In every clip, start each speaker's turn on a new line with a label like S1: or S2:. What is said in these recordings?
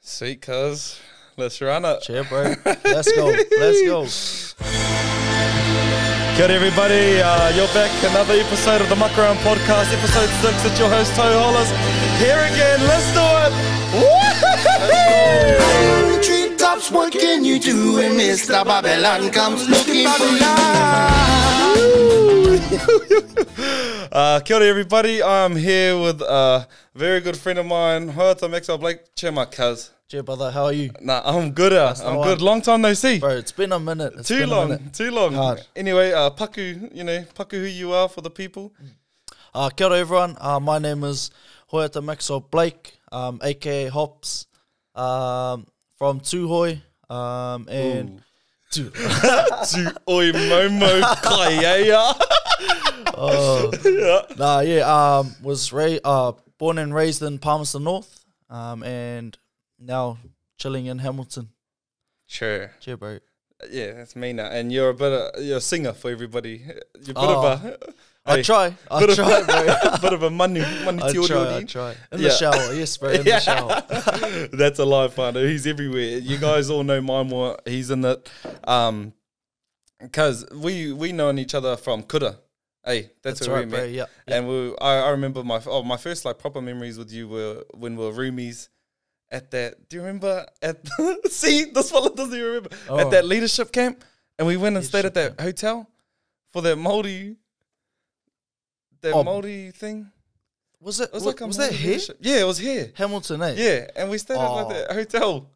S1: Sweet cuz. Let's run it.
S2: Cheer, bro. Let's go. Let's go. Good everybody, uh, you're back another episode of the Muck Around Podcast, episode six. It's your host Toe Hollis here again. Let's do it. Woo-hoo-hoo.
S3: In the treetops, what can you do when Mr. Babylon comes looking for you?
S2: Uh, kia ora everybody. I'm here with a very good friend of mine, Hoata Maxwell Blake. Cheer, my cuz.
S4: Jay, brother, how are you?
S2: Nah, I'm good. Uh,
S4: the
S2: I'm
S4: one.
S2: good. Long time no see.
S4: Bro, it's been a minute. It's
S2: Too
S4: been a
S2: long,
S4: minute.
S2: too long.
S4: Hard.
S2: Anyway, uh, Paku, you know, Paku, who you are for the people.
S4: Uh, kia ora, everyone. Uh, my name is Hoyata Maxwell Blake, um, aka Hops, um, from Tuhoi. Um, and
S2: Tu oi momo kaiea.
S4: nah, yeah, um, was ra- uh, born and raised in Palmerston North, um, and now chilling in Hamilton.
S2: Sure.
S4: Cheer, bro.
S2: Yeah, that's me now. And you're a bit of, you're a singer for everybody. You're a bit of a.
S4: Oh. I
S2: Hey,
S4: try. I
S2: Bit of,
S4: try, bro.
S2: bit of a manu, manu
S4: I
S2: te ori
S4: try, I
S2: ori.
S4: try. In
S2: Yeah.
S4: the shower, yes, bro, in
S2: Yeah.
S4: the shower.
S2: That's a live finder. He's everywhere. You guys all know Maimua. He's in it. Um, because we we known each other from Kuda. Hey, that's,
S4: That's
S2: where
S4: right,
S2: we
S4: bro,
S2: met.
S4: yeah,
S2: And we, I, I remember my oh, my first like proper memories with you were when we were roomies. At that, do you remember? At see, this fella doesn't even remember. At
S4: Oh.
S2: that leadership camp, and we went and stayed at that hotel for that Maori, that
S4: Oh.
S2: Maori thing.
S4: Was it?
S2: It was
S4: wa-
S2: like a
S4: was that
S2: Maori
S4: here?
S2: leadership- Yeah, it was here.
S4: Hamilton, eh?
S2: Yeah, and we stayed at like
S4: Oh.
S2: that hotel,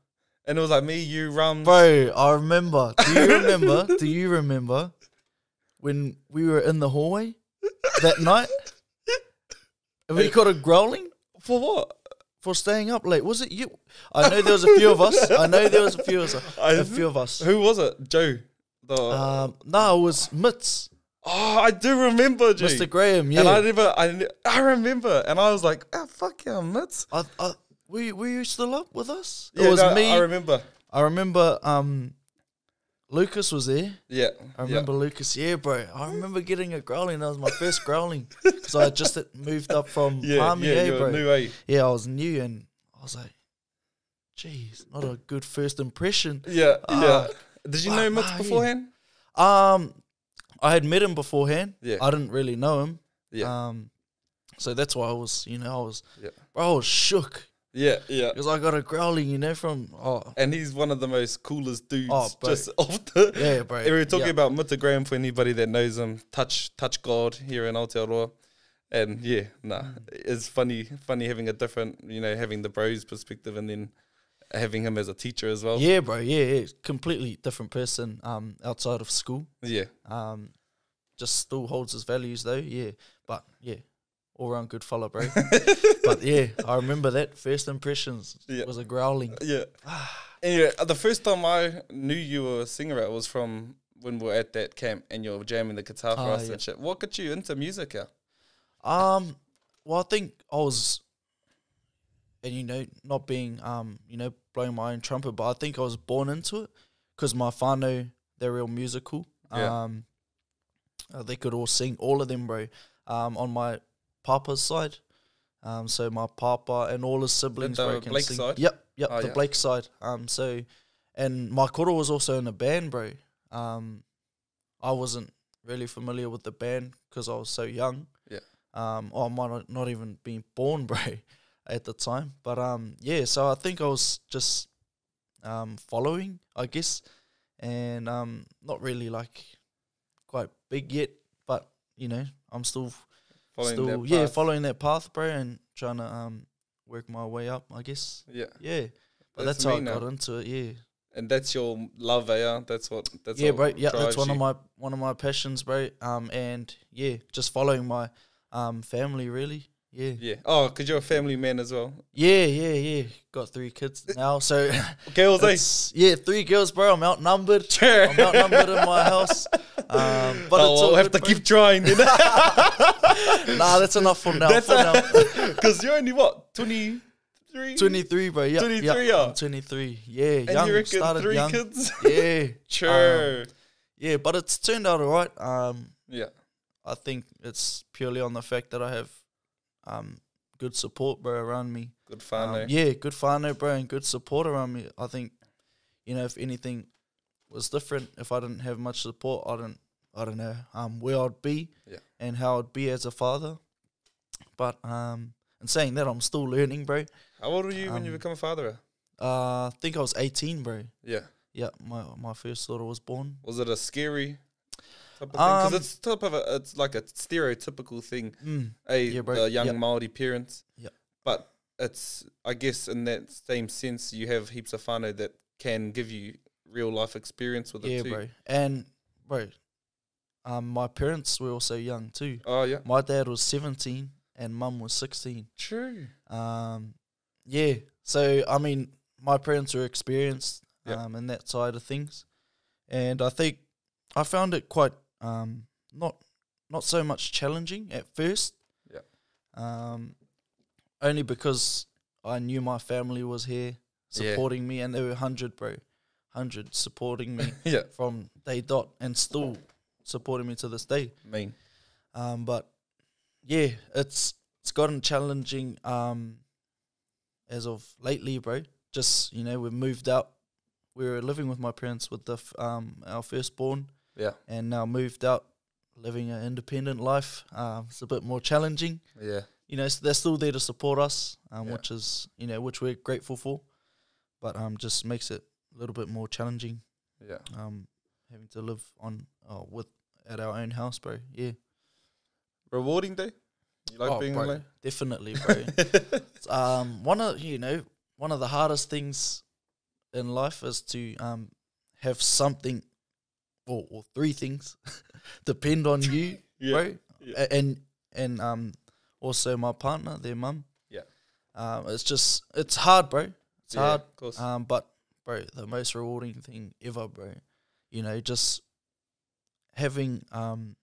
S2: and it was like me, you, Rums.
S4: Bro, I remember. Do you remember? do you remember when we were in the hallway that night? And we got a growling
S2: For what?
S4: for staying up late. Was it you? I know there was a few of us. I know there was a few of us.
S2: I-
S4: A few of us.
S2: Who was it? Joe. The,
S4: Um, no, it was Mitz,
S2: oh, I do remember, G.
S4: Mr. Graham.
S2: And I
S4: Yeah,
S2: never, I, ne- I remember, and I was like, ah, fuck yeah, Mits.
S4: I, I, were, you, were you still up with us?
S2: Yeah,
S4: it was
S2: no,
S4: me.
S2: I remember.
S4: I remember. Um, Lucas was there.
S2: Yeah,
S4: I remember Lucas, yeah, bro. I remember getting a growling. That was my first growling because I had just had moved up from
S2: Yeah, yeah,
S4: Palmy,
S2: yeah,
S4: eh,
S2: you were
S4: bro.
S2: new, eh?
S4: Yeah, I was new and I was like, "Jeez, not a good first impression."
S2: Yeah,
S4: Ah,
S2: yeah. Did you
S4: fuck,
S2: know Mits
S4: man, yeah.
S2: beforehand?
S4: Um, I had met him beforehand.
S2: Yeah.
S4: I didn't really know him.
S2: Yeah,
S4: Um, so that's why I was, you know, I was,
S2: Yeah.
S4: bro, I was shook
S2: yeah, yeah.
S4: because I got a growling, you know, from oh,
S2: And he's one of the most coolest dudes.
S4: Oh, bro.
S2: just off the
S4: Yeah, bro.
S2: We were talking
S4: Yeah.
S2: about Mutta Graham for anybody that knows him. Touch, touch God here in Aotearoa, and yeah, nah,
S4: Mm.
S2: it's funny, funny having a different, you know, having the bros perspective, and then having him as a teacher as well.
S4: yeah, bro, yeah, yeah, completely different person. Um, outside of school.
S2: yeah,
S4: Um, just still holds his values though, yeah. But yeah, all round good fella, bro. but yeah, I remember that first impressions
S2: Yeah.
S4: was a growling.
S2: yeah.
S4: Ah.
S2: anyway, uh, the first time I knew you were a singer at was from when we were at that camp, and you were jamming the guitar for
S4: Ah,
S2: us
S4: yeah.
S2: and shit. What got you into music? Al?
S4: Um, well, I think I was, and you know, not being um, you know, blowing my own trumpet, but I think I was born into it because my whānau, they're real musical.
S2: Yeah.
S4: Um, uh, they could all sing, all of them, bro. Um, on my papa's side, um, so my papa and all his siblings,
S2: the
S4: bro, can
S2: Blake
S4: sing.
S2: uh, side?
S4: Yep, yep,
S2: Oh,
S4: the
S2: yeah.
S4: Blake side. Um, so, and my koro was also in a band, bro. Um, I wasn't really familiar with the band because I was so young um, or I might not- not even been born, bro, at the time. But um, yeah, so I think I was just um, following, I guess, and um, not really like quite big yet, but you know, I'm still,
S2: Following that
S4: still, yeah,
S2: path?
S4: following that path, bro, and trying to um, work my way up, I guess.
S2: yeah.
S4: Yeah, but
S2: That's
S4: that's, how I
S2: me now.
S4: got into it. Yeah,
S2: And that's your love, eh? yeah? That's what. That's
S4: yeah,
S2: what
S4: bro. Yeah,
S2: drives
S4: that's one
S2: you.
S4: of my one of my passions, bro. Um, and yeah, just following my um family, really. Yeah.
S2: Yeah. Oh, because you're a family man as well.
S4: Yeah, yeah, yeah. Got three kids
S2: Eh,
S4: now, so
S2: Girls, eh?
S4: it's, yeah, three girls, bro. I'm outnumbered.
S2: Sure.
S4: I'm outnumbered in my house. Um, but
S2: Oh,
S4: it's
S2: I'll
S4: all
S2: have to
S4: good,
S2: keep trying.
S4: bro. Nah, that's enough for now.
S2: That's
S4: for now.
S2: Because you're only what? 23?
S4: 23, bro. Yeah,
S2: 23,
S4: yeah.
S2: yeah.
S4: I'm 23. Yeah,
S2: And
S4: young.
S2: you reckon
S4: started
S2: three
S4: young.
S2: kids?
S4: Yeah, Um,
S2: sure.
S4: yeah. But it's turned out alright. Um,
S2: yeah.
S4: I think it's purely on the fact that I have um good support, bro, around me.
S2: Good eh? whānau.
S4: Um, yeah, good whānau, bro, and good support around me. I think, you know, if anything was different, if I didn't have much support, I don't, I don't know um, where I'd be
S2: Yeah.
S4: and how I'd be as a father. But um, and saying that, I'm still learning, bro.
S2: How old were you when you
S4: Um,
S2: become a father?
S4: Uh, I think I was 18, bro.
S2: Yeah.
S4: Yeah, my my first daughter was born.
S2: Was it a scary type of thing? Because
S4: Um,
S2: it's type of a, it's like a stereotypical thing.
S4: Mm.
S2: A
S4: Yeah, bro.
S2: the young
S4: Yep.
S2: Maori parents.
S4: Yep.
S2: But it's I guess in that same sense you have heaps of whānau that can give you real life experience with
S4: Yeah,
S2: it too.
S4: bro. And bro, um, my parents were also young too.
S2: Oh yeah.
S4: My dad was 17 and mum was 16.
S2: True.
S4: Um, yeah. So I mean, my parents were experienced
S2: Yeah.
S4: um, in that side of things, and I think I found it quite um, not not so much challenging at first.
S2: Yeah.
S4: Um, only because I knew my family was here
S2: Yeah.
S4: supporting me, and they were hundred, bro, hundred supporting me
S2: Yeah.
S4: from day dot, and still supporting me to this day.
S2: Mean.
S4: Um, but yeah, it's it's gotten challenging um, as of lately, bro. Just you know, we've moved out. We were living with my parents with the f- um, our firstborn,
S2: Yeah.
S4: and now moved out, living an independent life. Um, it's a bit more challenging,
S2: Yeah.
S4: you know. So they're still there to support us, um,
S2: Yeah.
S4: which is you know which we're grateful for, but um, just makes it a little bit more challenging.
S2: Yeah.
S4: Um, having to live on uh, with at our own house, bro. Yeah.
S2: Rewarding day? You like
S4: Oh,
S2: being
S4: bro,
S2: alone?
S4: Definitely, bro. It's, um, one of you know one of the hardest things in life is to um have something or, or three things depend on you,
S2: Yeah,
S4: bro,
S2: yeah.
S4: A- and and um also my partner, their mum.
S2: Yeah.
S4: um, it's just it's hard, bro. It's
S2: Yeah,
S4: hard,
S2: of course.
S4: um, but bro, the most rewarding thing ever, bro. You know, just having um,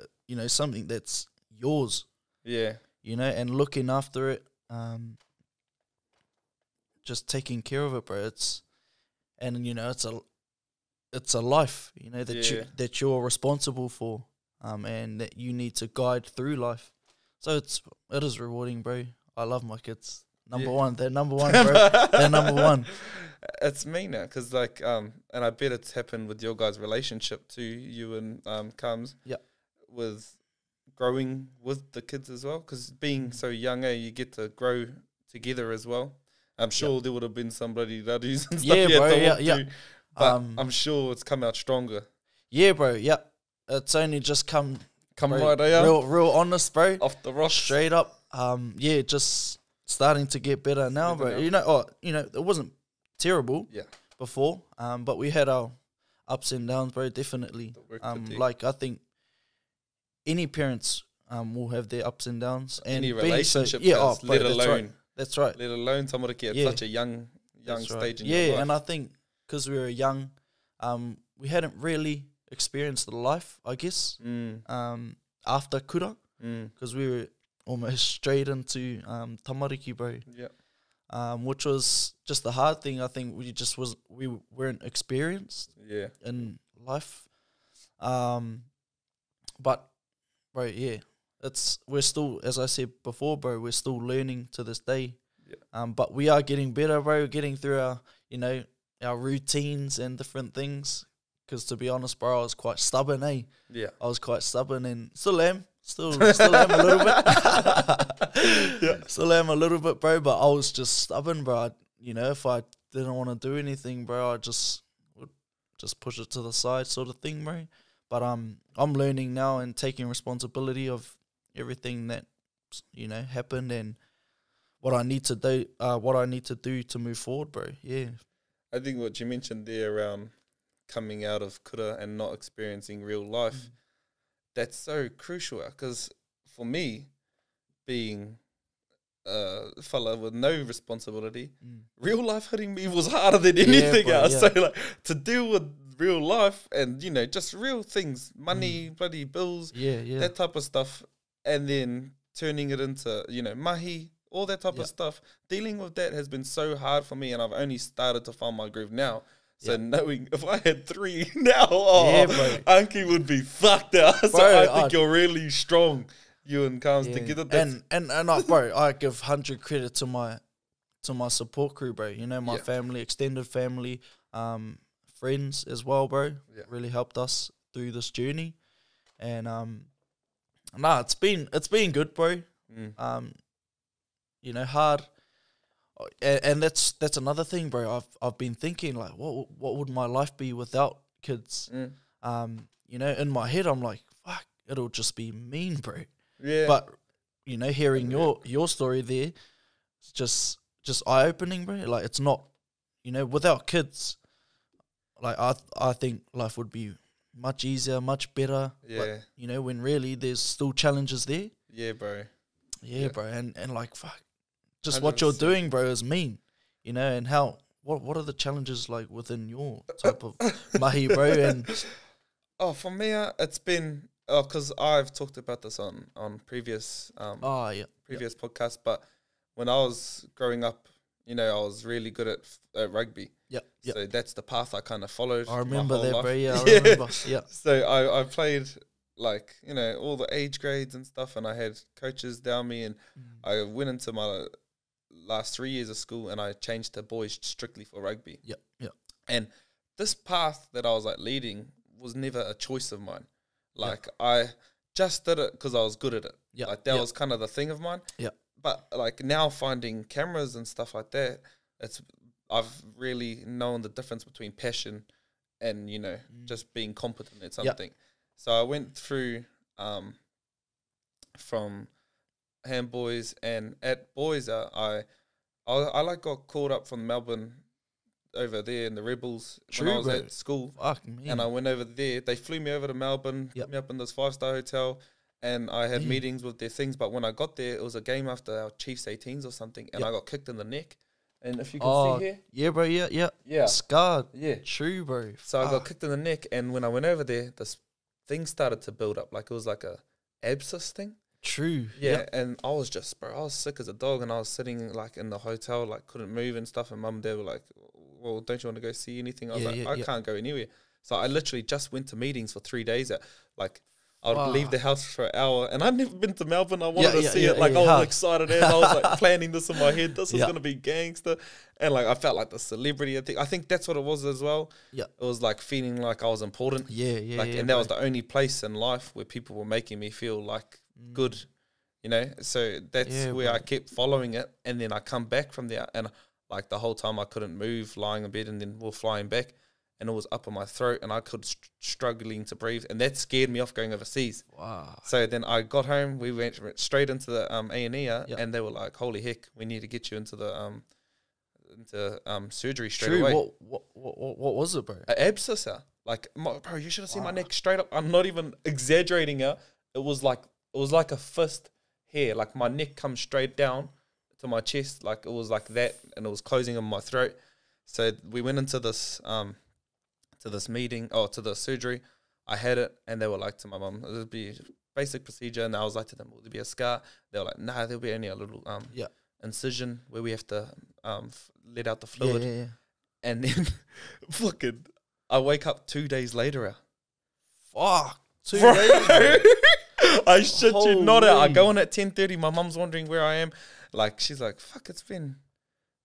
S4: uh, you know, something that's yours,
S2: yeah.
S4: you know, and looking after it, um, just taking care of it, bro. It's and you know, it's a it's a life, you know, that you
S2: Yeah.
S4: that you're responsible for, um, and that you need to guide through life. So it's it is rewarding, bro. I love my kids. Number
S2: Yeah.
S4: one, they're number one, bro. they're number one.
S2: It's me now, because like, um, and I bet it's happened with your guys' relationship too, you and um, Kams.
S4: Yeah.
S2: With growing with the kids as well, because being so young, eh, you get to grow together as well. I'm sure there would have been some bloody daddies and stuff.
S4: Yeah,
S2: you had
S4: bro,
S2: to
S4: yeah,
S2: walk
S4: yeah.
S2: through, But
S4: Um,
S2: I'm sure it's come out stronger.
S4: Yeah, bro. Yep. It's only just come
S2: Come
S4: bro,
S2: right here,
S4: real, real honest, bro.
S2: off the rock.
S4: straight up. Um, yeah, just starting to get better now,
S2: Better
S4: bro.
S2: now.
S4: You know, oh, you know, it wasn't terrible
S2: Yeah.
S4: before. Um, but we had our ups and downs, bro. Definitely.
S2: work to
S4: Um,
S2: do.
S4: like I think any parents um will have their ups and downs. And
S2: Any
S4: being so-
S2: relationship
S4: yeah,
S2: does,
S4: oh, bro,
S2: let
S4: that's right,
S2: alone-
S4: That's right.
S2: Let alone someone at
S4: Yeah.
S2: such a young, young
S4: That's
S2: stage
S4: right.
S2: in
S4: yeah,
S2: your life.
S4: and I think because we were young, um, we hadn't really experienced the life, I guess,
S2: Mm,
S4: um, after Kura, because we were almost straight into um, Tamariki, bro,
S2: yeah,
S4: um, which was just the hard thing. I think we just was we weren't experienced
S2: yeah.
S4: in life, um, but bro, yeah, it's we're still, as I said before, bro, we're still learning to this day. Um, but we are getting better, bro. We're getting through our, you know, our routines and different things. Because to be honest, bro, I was quite stubborn, eh?
S2: Yeah.
S4: I was quite stubborn and still am. Still, still am a little bit. Still am a little bit, bro. But I was just stubborn, bro. I, you know, if I didn't want to do anything, bro, I just would just push it to the side, sort of thing, bro. But um, I'm learning now and taking responsibility of everything that you know happened and what I need to do, uh, what I need to do to move forward, bro. Yeah,
S2: I think what you mentioned there around coming out of kura and not experiencing real life,
S4: Mm-hmm.
S2: that's so crucial. Because for me, being a fella with no responsibility, real life hitting me was harder than anything
S4: bro,
S2: else.
S4: Mm. yeah.
S2: So like to deal with real life and you know just real things, money,
S4: Mm.
S2: bloody bills,
S4: yeah, yeah.
S2: that type of stuff, and then turning it into you know mahi, all that type
S4: Yeah.
S2: of stuff. Dealing with that has been so hard for me, and I've only started to find my groove now. So knowing if I had three now, oh,
S4: Yeah, bro.
S2: Anki would be fucked out. so
S4: Bro,
S2: I think
S4: I'd-
S2: you're really strong, you and Carms
S4: Yeah.
S2: together. That's,
S4: And and and I, bro, I give hundred credit to my to my support crew, bro. You know, my family, extended family, um, friends as well, bro.
S2: Yeah.
S4: Really helped us through this journey, and um, nah, it's been it's been good, bro.
S2: Mm.
S4: Um, you know, hard, Uh, and, and that's that's another thing, bro. I've I've been thinking like, what what would my life be without kids?
S2: Mm.
S4: Um, you know, in my head, I'm like, fuck, it'll just be mean, bro.
S2: Yeah.
S4: But you know, hearing your your story there, it's just just eye opening, bro. Like it's not, you know, without kids, like I I think life would be much easier, much better. but,
S2: Yeah.
S4: you know, when really there's still challenges there.
S2: yeah, bro.
S4: Yeah, bro. And and like fuck, just what you're doing, bro, is mean. You know, and how what what are the challenges like within your type of mahi, bro? And
S2: Oh, for me, uh, it's been oh, because I've talked about this on on previous um
S4: oh yeah,
S2: previous podcasts, but when I was growing up, you know, I was really good at, f- at rugby.
S4: yeah, yeah.
S2: So that's the path I kind of followed.
S4: I
S2: my
S4: remember
S2: whole
S4: that,
S2: life.
S4: bro. Yeah, I remember. Yeah,
S2: So I, I played like, you know, all the age grades and stuff and I had coaches down me and
S4: Mm.
S2: I went into my last three years of school and I changed to boys strictly for rugby.
S4: yeah, yeah.
S2: And this path that I was like leading was never a choice of mine. Like I just did it because I was good at it.
S4: Yeah,
S2: Like that
S4: yeah.
S2: was kind of the thing of mine.
S4: Yeah.
S2: But like now finding cameras and stuff like that, it's I've really known the difference between passion and you know
S4: Mm.
S2: just being competent at something. So I went through um, from hand boys and at boys uh, I, I I like got called up from Melbourne over there in the rebels when
S4: True,
S2: I was
S4: bro.
S2: at school
S4: Fuck me.
S2: and I went over there. They flew me over to Melbourne,
S4: Yep.
S2: put me up in this five star hotel, and I had meetings with their things. But when I got there, it was a game after our Chiefs 18s or something, and I got kicked in the neck. And if you can
S4: Oh,
S2: see here,
S4: yeah, bro. Yeah, yeah.
S2: Yeah.
S4: Scarred.
S2: Yeah.
S4: True, bro.
S2: so I
S4: Fuck.
S2: got kicked in the neck. And when I went over there, this thing started to build up, like it was like a abscess thing.
S4: True.
S2: Yeah, and I was just, bro, I was sick as a dog, and I was sitting like in the hotel, like couldn't move and stuff. And mum and dad were like, "Well, don't you want to go see anything?" I was
S4: Yeah,
S2: like,
S4: yeah,
S2: "I
S4: yeah.
S2: can't go anywhere." So I literally just went to meetings for three days. At, like, I would leave the house for an hour, and I'd never been to Melbourne. I wanted
S4: Yeah,
S2: to
S4: yeah,
S2: see
S4: yeah,
S2: it. Like,
S4: yeah,
S2: I was
S4: huh.
S2: excited, and I was like planning this in my head. This is
S4: Yeah.
S2: gonna be gangster, and like I felt like the celebrity. I think I think that's what it was as well.
S4: Yeah.
S2: it was like feeling like I was important
S4: Yeah, yeah,
S2: like,
S4: yeah.
S2: and that was the only place in life where people were making me feel like good, you know. So that's
S4: Mm. Yeah,
S2: where I kept following it, and then I come back from there, and like the whole time I couldn't move, lying in bed, and then we're flying back, and it was up in my throat, and I could str- struggling to breathe, and that scared me off going overseas.
S4: wow.
S2: So then I got home. We went went straight into the um, A and E,
S4: Yeah.
S2: and they were like, "Holy heck, we need to get you into the um, into um, surgery straight
S4: True.
S2: away."
S4: What, what what what what was it, bro?
S2: an abscess out. Like, my, bro, you should have seen my neck straight up. I'm not even exaggerating out. It was like it was like a fist here. Like my neck comes straight down to my chest. Like it was like that, and it was closing on my throat. So we went into this um to this meeting or to the surgery. I had it, and they were like to my mum, "It'll be basic procedure." And I was like to them, "Will there be a scar?" They were like, "Nah, there'll be only a little um
S4: Yeah.
S2: incision where we have to um f- let out the
S4: Yeah,
S2: fluid."
S4: yeah, yeah.
S2: and then fucking I wake up two days later. out.
S4: Fuck. Two
S2: Bro.
S4: days. bro.
S2: I shit you not out. I
S4: Holy.
S2: go in at ten thirty. My mum's wondering where I am. Like she's like, "Fuck, it's been,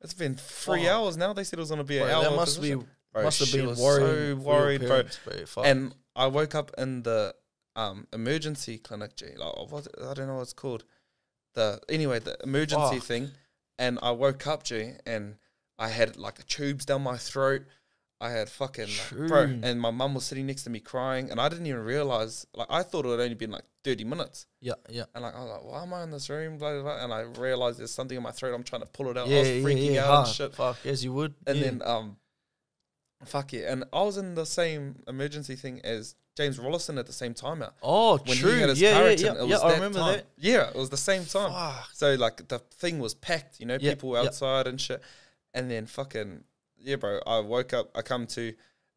S2: it's been three
S4: Fuck.
S2: hours now." They said it was gonna be an
S4: Bro,
S2: hour.
S4: that must
S2: position.
S4: be
S2: Bro,
S4: must have
S2: she
S4: been
S2: was
S4: worried.
S2: so
S4: for your
S2: worried, bro.
S4: parents, bro. Fuck.
S2: And I woke up in the um, emergency clinic, G. Like, oh, what, I don't know what it's called. The anyway, the emergency
S4: Fuck.
S2: thing. And I woke up, G, and I had like tubes down my throat. I had fucking like, bro,
S4: True.
S2: and my mum was sitting next to me crying, and I didn't even realize. Like, I thought it had only been like thirty minutes,
S4: yeah, yeah.
S2: and like I was like, "Why am I in this room?" Blah blah. blah. And I realized there's something in my throat. I'm trying to pull it out. I
S4: Yeah,
S2: was
S4: yeah,
S2: freaking
S4: yeah,
S2: out
S4: hard.
S2: and shit.
S4: Fuck, as you would.
S2: And
S4: yeah.
S2: then um, fuck it. And I was in the same emergency thing as James Rollison at the same time out.
S4: oh,
S2: When
S4: true.
S2: he had his
S4: yeah,
S2: car
S4: yeah,
S2: accident,
S4: yeah,
S2: it
S4: yeah.
S2: was
S4: I
S2: that
S4: remember
S2: time.
S4: that.
S2: Yeah, it was the same time.
S4: Fuck.
S2: So like the thing was packed, you know,
S4: Yeah,
S2: people
S4: yeah.
S2: outside and shit. And then fucking yeah, bro. I woke up. I come to,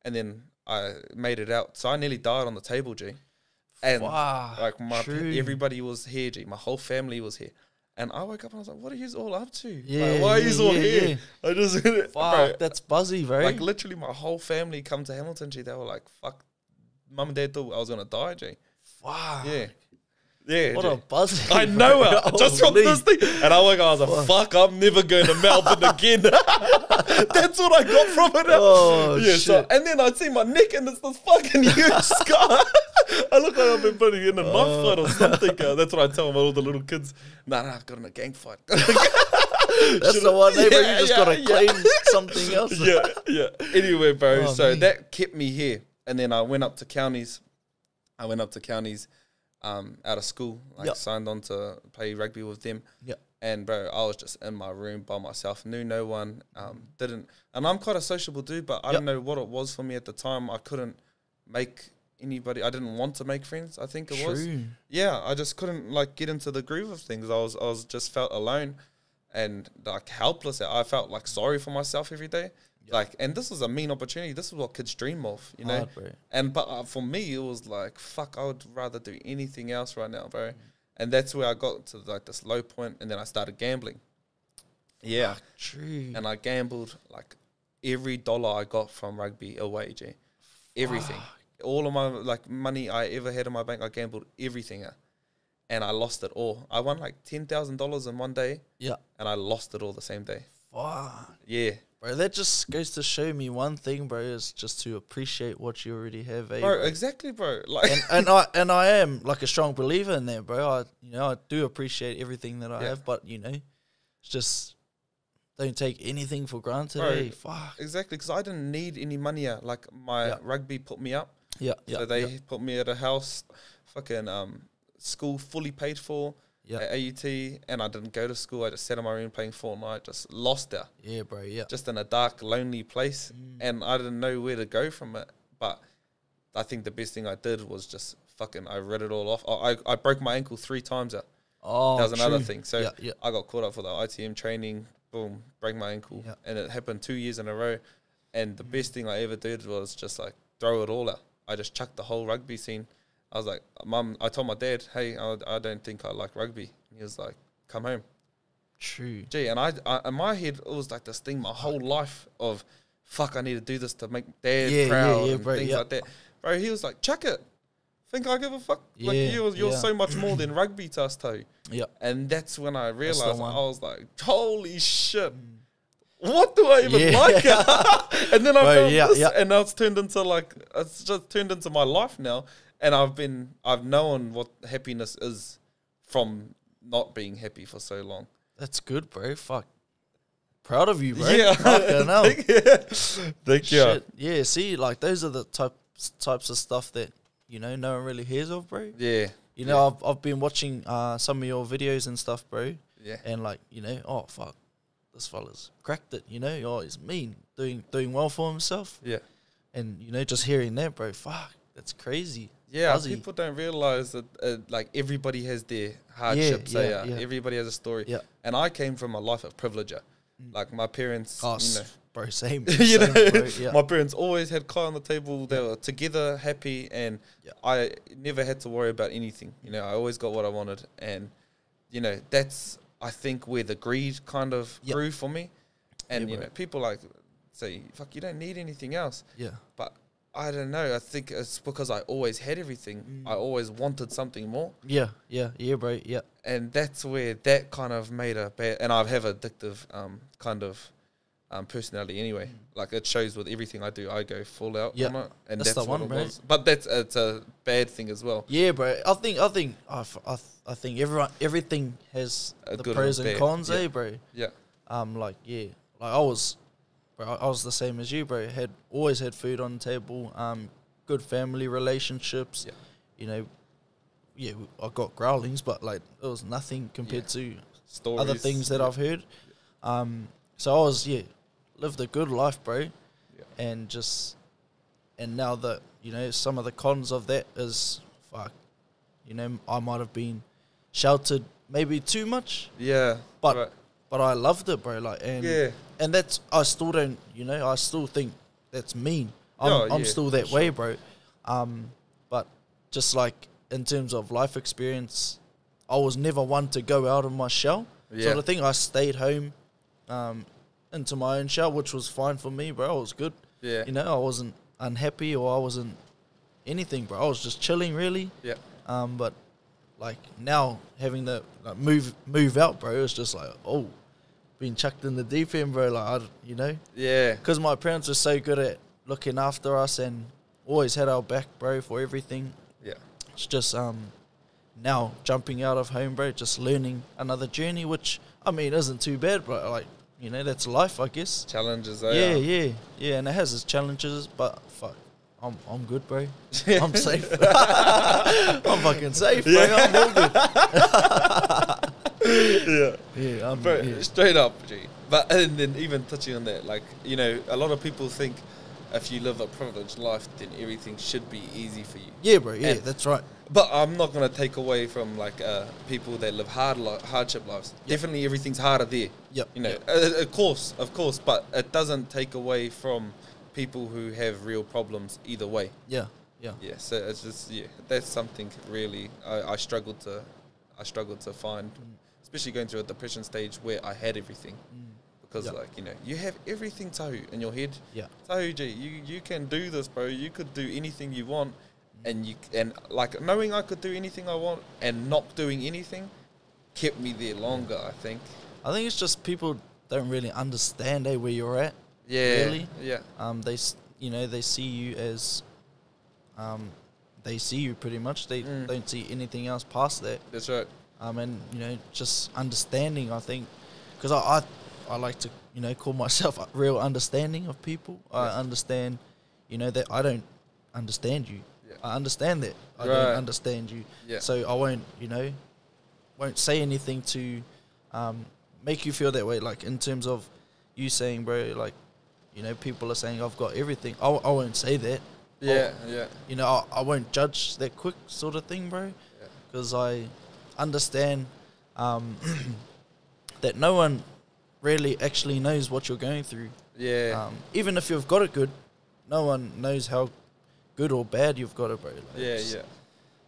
S2: and then I made it out. So I nearly died on the table, G. And
S4: Fuck,
S2: like my
S4: true.
S2: pe- everybody was here, G. My whole family was here. And I woke up and I was like, "What are you all up to?
S4: Yeah,
S2: like, why are
S4: yeah,
S2: you all
S4: yeah,
S2: here?"
S4: yeah.
S2: I just fuck.
S4: Fuck, that's buzzy, bro.
S2: Like literally, my whole family come to Hamilton. G. They were like, "Fuck," mum and dad thought I was gonna die. G.
S4: Fuck.
S2: Yeah, Yeah.
S4: What
S2: yeah.
S4: a buzz.
S2: I know her. I Just from
S4: Holy.
S2: this thing. And I woke up, I was like, fuck, I'm never going to Melbourne again. That's what I got from it.
S4: Oh,
S2: So,
S4: shit.
S2: and then I'd see my neck and it's this fucking huge scar. I look like I've been putting in a mud fight
S4: Oh.
S2: or something. Uh, that's what I tell all the little kids. Nah, nah, I've got in a gang fight.
S4: That's the one, eh, bro?
S2: Yeah,
S4: You just
S2: yeah,
S4: gotta
S2: yeah.
S4: claim something else.
S2: yeah, yeah. Anyway, bro,
S4: Oh,
S2: so
S4: man.
S2: that kept me here. And then I went up to counties. I went up to counties um, out of school. Like
S4: Yep.
S2: signed on to play rugby with them.
S4: Yep.
S2: And bro, I was just in my room by myself, knew no one, um, didn't. And I'm quite a sociable dude, but I don't know what it was for me at the time. I couldn't make anybody. I didn't want to make friends. I think it was.
S4: True.
S2: Yeah, I just couldn't like get into the groove of things. I was I was just felt alone and like helpless. I felt like sorry for myself every day. Like, and this was a mean opportunity. This is what kids dream of, you know.
S4: Hard, bro.
S2: And but uh, for me, it was like fuck. I would rather do anything else right now,
S4: Mm.
S2: bro. And that's where I got to like this low point, and then I started gambling. Yeah,
S4: True.
S2: and I gambled like every dollar I got from rugby away, G. Everything, all of my like money I ever had in my bank, I gambled everything, uh, and I lost it all. I won like ten thousand dollars in one day,
S4: Yeah.
S2: and I lost it all the same day.
S4: Fuck.
S2: Yeah,
S4: Bro, that just goes to show me one thing, bro, is just to appreciate what you already have, eh,
S2: bro,
S4: bro?
S2: exactly, bro. Like,
S4: and, and I and I am like a strong believer in that, bro. I you know I do appreciate everything that I
S2: Yeah.
S4: have, but you know, it's just don't take anything for granted.
S2: Bro.
S4: eh? Fuck.
S2: exactly, because I didn't need any money. uh, Like my
S4: Yeah.
S2: rugby put me up.
S4: Yeah, yeah.
S2: so they
S4: yeah.
S2: put me at a house, fucking um, school fully paid for
S4: Yeah.
S2: at AUT, and I didn't go to school. I just sat in my room playing Fortnite, just lost there,
S4: Yeah, bro. Yeah.
S2: just in a dark, lonely place,
S4: Mm.
S2: and I didn't know where to go from it. But I think the best thing I did was just fucking I read it all off. I I, I broke my ankle three times. Out.
S4: Oh,
S2: That was another
S4: true.
S2: thing. So
S4: yeah, yeah.
S2: I got caught up for the ITM training. Boom, break my ankle,
S4: Yeah. Mm.
S2: and it happened two years in a row. And the best thing I ever did was just like throw it all out. I just chucked the whole rugby scene. I was like, Mum, I told my dad, hey, I, I don't think I like rugby. And he was like, come home.
S4: True.
S2: Gee, and I, I, in my head, it was like this thing my whole life of, fuck, I need to do this to make dad
S4: Yeah, yeah,
S2: proud
S4: yeah,
S2: and
S4: bro,
S2: things
S4: yeah.
S2: like that. Bro, he was like, chuck it. Think I give a fuck?
S4: Yeah,
S2: like you're, you're
S4: yeah.
S2: so much more than rugby to us, too.
S4: Yeah.
S2: And that's when I realized I
S4: one. Mm.
S2: was like, holy shit. What do I even
S4: Yeah.
S2: like? and then I
S4: Bro,
S2: found
S4: yeah,
S2: this,
S4: yeah.
S2: and now it's turned into like it's just turned into my life now. And I've been I've known what happiness is from not being happy for so long.
S4: That's good, bro. Fuck. Proud of you, bro.
S2: Yeah.
S4: Fucking hell.
S2: Thank you. Thank you.
S4: Shit. Yeah, see, like those are the types types of stuff that, you know, no one really hears of, bro.
S2: Yeah.
S4: You know, I've I've been watching uh some of your videos and stuff, bro.
S2: Yeah.
S4: And like, you know, oh fuck. This fella's cracked it, you know, oh he's mean, doing doing well for himself.
S2: Yeah.
S4: And you know, just hearing that, bro, fuck, that's crazy.
S2: Yeah,
S4: Buzzy.
S2: people don't realize that uh, like everybody has their hardships.
S4: yeah,
S2: Yeah,
S4: yeah.
S2: Everybody has a story.
S4: Yeah. Mm.
S2: And I came from a life of privilege. uh, Like my parents,
S4: Oh,
S2: you
S4: s-
S2: know,
S4: bro, same.
S2: you
S4: same,
S2: know,
S4: bro, yeah.
S2: my parents always had car on the table. They were together, happy, and
S4: Yeah.
S2: I never had to worry about anything. You know, I always got what I wanted, and you know, that's I think where the greed kind of
S4: Yeah.
S2: grew for me. And
S4: Yeah,
S2: you
S4: bro.
S2: know, people like say, "Fuck, you don't need anything else."
S4: yeah.
S2: But I don't know. I think it's because I always had everything.
S4: Mm.
S2: I always wanted something more
S4: Yeah, yeah, yeah, bro. Yeah.
S2: and that's where that kind of made a bad and I have addictive um kind of um personality anyway. Like it shows with everything I do, I go full out
S4: Mm. Yeah.
S2: on it, and
S4: That's
S2: that's,
S4: the
S2: what
S4: one,
S2: it
S4: bro.
S2: was. But that's it's a bad thing as well.
S4: Yeah, bro. I think I think I, f- I, th- I think everyone everything has
S2: A
S4: the
S2: good
S4: pros
S2: and bad,
S4: and cons,
S2: yeah.
S4: eh, bro.
S2: Yeah,
S4: Um, like yeah, like I was, bro. I I was the same as you, bro. Had always had food on the table. Um, good family relationships.
S2: Yeah.
S4: You know, yeah, w- I got growlings, but like it was nothing compared to
S2: stories.
S4: other things that I've heard. Um, so I was yeah, lived a good life, bro, and just and now that you know some of the cons of that is fuck, you know I might have been sheltered maybe too much,
S2: Yeah,
S4: but
S2: right.
S4: but I loved it, bro. Like and
S2: Yeah.
S4: and that's I still don't you know I still think that's mean. I'm,
S2: Oh,
S4: I'm
S2: yeah,
S4: still that way, bro. Um, but just like in terms of life experience, I was never one to go out of my shell.
S2: Yeah.
S4: Sort of thing. I stayed home, um, into my own shell, which was fine for me, bro. It was good.
S2: Yeah.
S4: You know, I wasn't unhappy or I wasn't anything, bro. I was just chilling, really.
S2: yeah,
S4: Um, but like now having the like, move move out, bro, it's just like oh, being chucked in the deep end, bro. Like I, d- you know,
S2: Yeah.
S4: because my parents were so good at looking after us and always had our back, bro, for everything.
S2: Yeah.
S4: It's just um, now jumping out of home, bro, just learning another journey, which I mean isn't too bad, bro. Like you know, that's life, I guess.
S2: Challenges.
S4: Yeah,
S2: eh?
S4: yeah, yeah, and it has its challenges, but fuck, I'm I'm good, bro. I'm safe. I'm fucking safe, bro. I'm all good. yeah, yeah, I'm,
S2: Bro,
S4: yeah.
S2: straight up, G. But and then even touching on that, like you know, a lot of people think if you live a privileged life, then everything should be easy for you.
S4: yeah, bro. Yeah,
S2: and-
S4: that's right.
S2: But I'm not gonna take away from like uh, people that live hard li- hardship lives. Definitely, everything's harder there.
S4: Yep,
S2: You know,
S4: yep.
S2: uh, of course, of course, but it doesn't take away from people who have real problems either way.
S4: Yeah, yeah,
S2: Yeah. So it's just yeah, that's something really I, I struggled to, I struggled to find,
S4: Mm.
S2: especially going through a depression stage where I had everything, because
S4: Yeah.
S2: like you know you have everything Tahu in your head.
S4: Mm, Yeah.
S2: Tahu G, you you can do this, bro. You could do anything you want, and you and like knowing I could do anything I want and not doing anything, kept me there longer. I think.
S4: I think it's just people don't really understand eh, where you're at.
S2: Yeah.
S4: Really?
S2: Yeah.
S4: Um, they s- you know they see you as, um, they see you pretty much. They
S2: Mm.
S4: don't see anything else past that.
S2: That's right.
S4: um, and you know just understanding. I think because I, I I like to you know call myself a real understanding of people. I
S2: Yeah.
S4: understand, you know that I don't understand you.
S2: Yeah.
S4: I understand that I
S2: Right.
S4: don't understand you.
S2: Yeah.
S4: So I won't you know won't say anything to um, make you feel that way. Like in terms of you saying, bro, like you know people are saying I've got everything. I, I won't say that.
S2: Yeah.
S4: Oh.
S2: Yeah.
S4: You know I, I won't judge that quick sort of thing, bro
S2: Yeah.
S4: because I understand um, that no one really actually knows what you're going through.
S2: Yeah.
S4: Um, even if you've got it good, no one knows how good or bad you've got it, bro. Like,
S2: yeah.
S4: just,
S2: Yeah.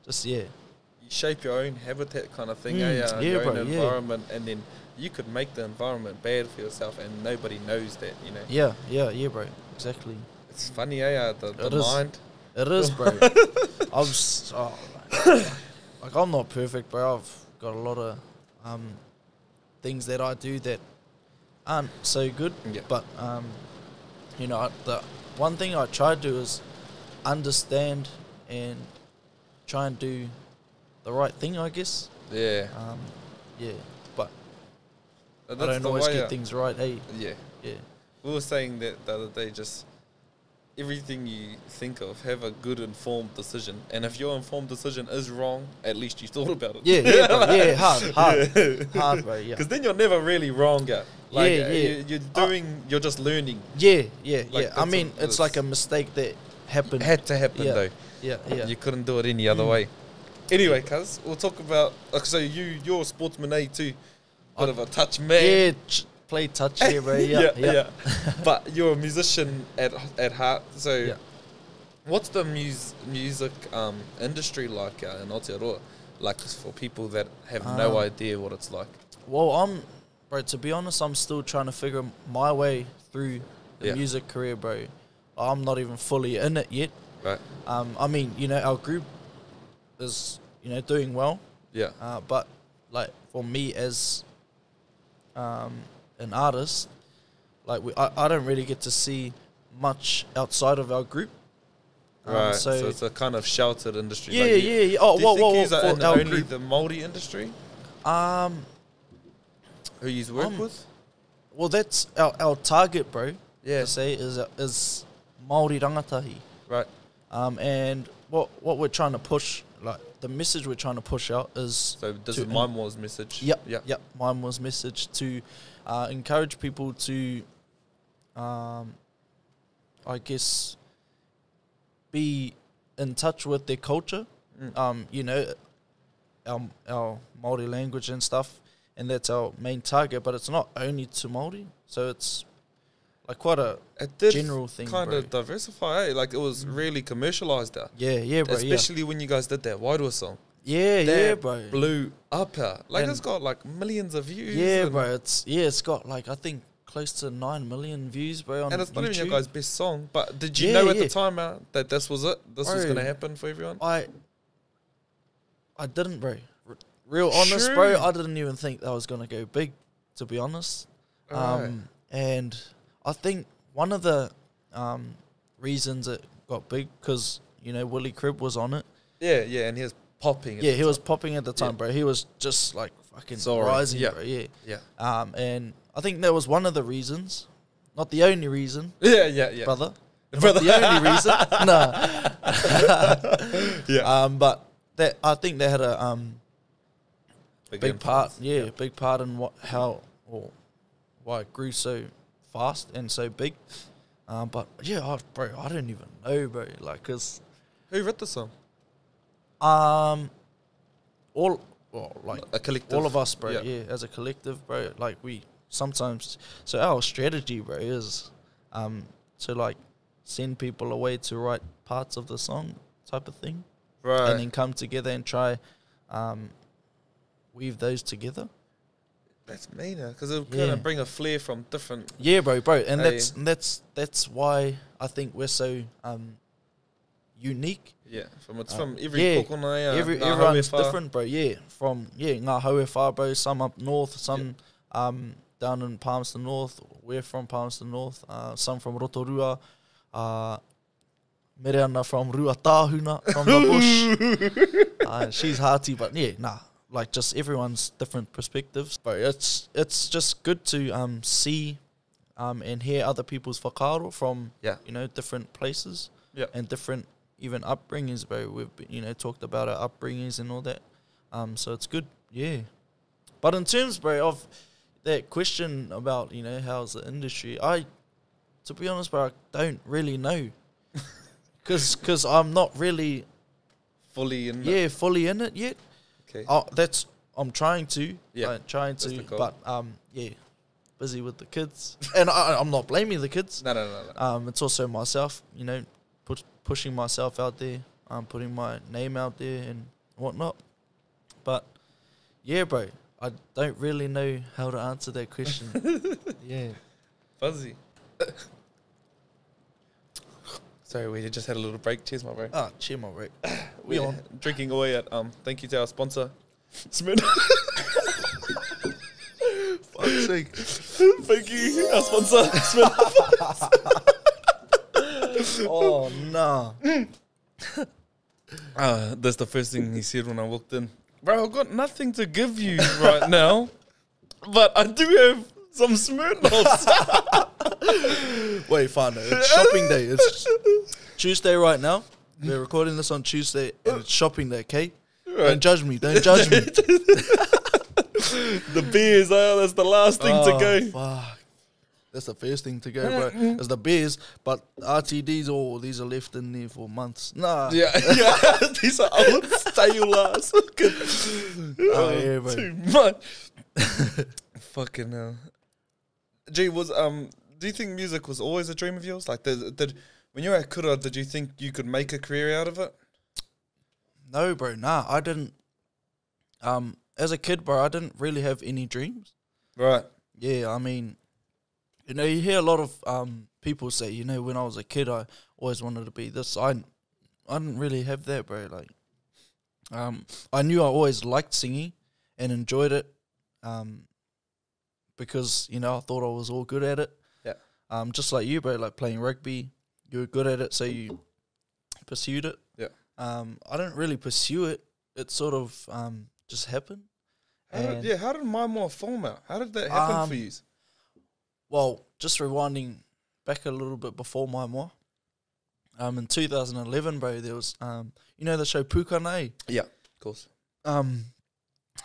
S4: Just yeah,
S2: you shape your own habitat kind of thing,
S4: Mm,
S2: eh, uh,
S4: yeah,
S2: your
S4: bro,
S2: own
S4: yeah.
S2: environment, and then you could make the environment bad for yourself, and nobody knows that, you know.
S4: yeah, yeah, yeah, bro. Exactly.
S2: It's funny, eh, uh, the, the
S4: It is.
S2: mind.
S4: It is, bro. I'm s- oh, like I'm not perfect, bro. I've got a lot of um, things that I do that aren't so good.
S2: Yeah.
S4: But um, you know, I- the one thing I try to do is understand and try and do the right thing, I guess.
S2: Yeah.
S4: Um, yeah. But
S2: That's
S4: I don't
S2: the
S4: always
S2: way,
S4: get
S2: uh,
S4: things right. Hey,
S2: Yeah.
S4: yeah,
S2: We were saying that the other day, just everything you think of, have a good informed decision. And if your informed decision is wrong, at least you thought about it.
S4: yeah, yeah, bro, yeah. Hard, hard, hard, bro. Yeah.
S2: Because then you're never really wrong, yeah. Like,
S4: Yeah,
S2: uh,
S4: yeah.
S2: You, you're doing, you're just learning.
S4: Yeah, yeah,
S2: Like,
S4: yeah. I
S2: that's
S4: mean,
S2: a-
S4: it's like a mistake that happened.
S2: Had to happen,
S4: yeah,
S2: though.
S4: Yeah, yeah.
S2: You couldn't do it any other way. Anyway, cuz we'll talk about. Like, so you, you're a sportsman A too, bit of a touch man.
S4: yeah, ch- play touch here, bro. Yeah, yeah.
S2: but you're a musician at at heart. So,
S4: Yeah.
S2: what's the mus- music um, industry like uh, in Aotearoa? Like for people that have no
S4: Um,
S2: idea what it's like.
S4: Well, I'm, bro. To be honest, I'm still trying to figure my way through the
S2: Yeah.
S4: music career, bro. I'm not even fully in it yet.
S2: Right.
S4: Um, I mean, you know, our group is, you know, doing well,
S2: Yeah.
S4: uh, but like for me as, um, an artist, like we, I, I don't really get to see much outside of our group. Um,
S2: right. So,
S4: so-
S2: it's a kind of sheltered industry.
S4: Yeah,
S2: like you-
S4: yeah, yeah. Oh,
S2: Do you
S4: whoa,
S2: think
S4: whoa, whoa.
S2: yous are in
S4: For our
S2: only
S4: group,
S2: the Maori industry
S4: um,
S2: who you work
S4: Um,
S2: with?
S4: Well, that's our, our target, bro.
S2: Yeah.
S4: To say is is Maori rangatahi,
S2: Right.
S4: um, and what what we're trying to push, like the message we're trying to push out is
S2: So this
S4: to
S2: is my Moore's message.
S4: Yep,
S2: Yeah.
S4: yep, yep. Mine was message to uh, encourage people to, um, I guess, be in touch with their culture.
S2: Mm.
S4: Um, you know, our our Maori language and stuff, and that's our main target. But it's not only to Maori, so it's like quite a
S2: It did
S4: general thing,
S2: kind
S4: bro. Mm.
S2: of diversify. Eh? Like it was really commercialized out.
S4: yeah, yeah, bro, yeah,
S2: Especially when you guys did that Wairua song.
S4: yeah, yeah,
S2: That
S4: bro,
S2: blew up out. Like
S4: And-
S2: it's got like millions of views.
S4: yeah,
S2: and,
S4: bro. It's yeah, it's got like I think close to nine million views, bro. On
S2: And it's not
S4: YouTube.
S2: even your guys' best song. But did you
S4: Yeah,
S2: know at
S4: yeah.
S2: the time out that this was it? This was
S4: Bro.
S2: going to happen for everyone?
S4: I I didn't, bro. real honest,
S2: True.
S4: bro, I didn't even think that I was gonna go big, to be honest. Um, and I think one of the um, reasons it got big because you know Willie Crib was on it.
S2: Yeah, yeah, and he was popping. at
S4: Yeah,
S2: the
S4: he
S2: time.
S4: was popping at the time, bro. He was just like fucking
S2: Soaring.
S4: rising,
S2: Yeah.
S4: bro. Yeah.
S2: Yeah.
S4: Um, and I think that was one of the reasons, not the only reason,
S2: Yeah, yeah, yeah.
S4: brother.
S2: Brother.
S4: Not the only reason, no.
S2: Yeah.
S4: Um, but that I think they had a um
S2: Big
S4: big
S2: impact.
S4: part, yeah, big part in what how or why it grew so fast and so big. Um, but yeah, I, bro, I don't even know, bro. Like, cause
S2: Who wrote the song?
S4: um, all well, like
S2: A collective.
S4: all of us, bro.
S2: Yeah.
S4: Yeah. as a collective, bro. Like we sometimes, so our strategy, bro, is um to like send people away to write parts of the song, type of thing,
S2: Right.
S4: and then come together and try um weave those together.
S2: That's meaner because it'll
S4: Yeah.
S2: kind of bring a flair from different.
S4: Yeah, bro, bro, and
S2: Hey.
S4: that's that's that's why I think we're so um unique.
S2: Yeah, from it's
S4: Uh,
S2: from every
S4: yeah,
S2: kokonai, uh,
S4: Every
S2: Ngā
S4: everyone's
S2: Hauewha.
S4: different, bro. Yeah, from yeah Ngā Hauewha, bro. Some up north, some um down in Palmerston North. We're from Palmerston North. Uh, some from Rotorua. Uh, Mere ana from Ruatahuna from the bush. uh, she's hearty, but yeah, nah. Like just everyone's different perspectives, bro. It's it's just good to um see, um and hear other people's whakaro from
S2: Yeah.
S4: you know different places
S2: Yeah.
S4: and different even upbringings, bro. We've been- you know talked about our upbringings and all that, um. So it's good, yeah. But in terms, bro, of that question about you know how's the industry, I, to be honest, bro, I don't really know, because cause I'm not really
S2: fully in.
S4: yeah fully in it yet.
S2: Okay.
S4: Oh, that's I'm trying to
S2: Yeah,
S4: like, trying
S2: that's the
S4: to,
S2: goal.
S4: but um, yeah, busy with the kids, and I, I'm not blaming the kids.
S2: No, no, no, no.
S4: Um, it's also myself, you know, put, pushing myself out there, um, putting my name out there and whatnot. But yeah, bro, I don't really know how to answer that question. yeah.
S2: Fuzzy. Sorry, we just had a little break. Cheers, my bro.
S4: Ah, cheer my Rick. We on.
S2: drinking away at um. Thank you to our sponsor, Smith.
S4: Fuck's sake.
S2: thank you, our sponsor, Smith.
S4: Oh no.
S2: Uh, that's the first thing he said when I walked in. Bro, I've got nothing to give you right now, but I do have some Smirnoffs.
S4: Wait, Fano, it's shopping day. It's Tuesday right now. We're recording this on Tuesday and it's shopping day, okay? Don't judge me. Don't judge me.
S2: the beers, oh, that's the last thing to
S4: Oh,
S2: go.
S4: Fuck. That's the first thing to go, bro. It's the beers, but RTDs, all oh, these are left in there for months. Nah.
S2: Yeah, yeah. These are old stale ass. Fucking,
S4: Oh, yeah, bro.
S2: Um, Too much. Fucking hell. Gee, was um, do you think music was always a dream of yours? Like, did, did when you were at Kura, did you think you could make a career out of it?
S4: No, bro. Nah, I didn't. Um, as a kid, bro, I didn't really have any dreams.
S2: Right.
S4: Yeah, I mean, you know, you hear a lot of um people say, you know, when I was a kid, I always wanted to be this. I, I didn't really have that, bro. Like, um, I knew I always liked singing and enjoyed it, um, because you know I thought I was all good at it.
S2: Yeah.
S4: Um, just like you, bro. Like playing rugby, you were good at it, so you pursued it.
S2: Yeah.
S4: Um, I didn't really pursue it. It sort of um just happened.
S2: How did,
S4: And-
S2: yeah. How did my more form out? How did that happen
S4: Um,
S2: for you?
S4: well, just rewinding back a little bit before my moi, um, in 2011, bro, there was, um, you know, the show Pukane,
S2: Yeah, of course.
S4: um,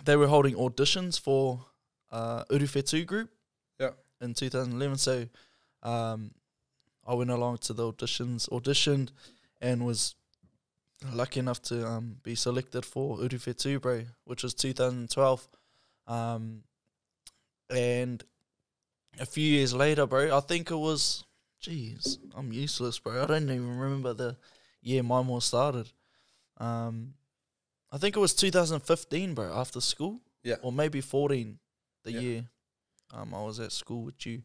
S4: they were holding auditions for uh, Urufetu group
S2: Yeah.
S4: in 2011. So um, I went along to the auditions, auditioned, and was lucky enough to um, be selected for Urufetu, bro, which was 2012. Um, and a few years later, bro, I think it was, jeez, I'm useless, bro. I don't even remember the year my more started. Um, I think it was 2015, bro, after school.
S2: Yeah.
S4: Or maybe 14, the
S2: Yeah.
S4: year um, I was at school with you.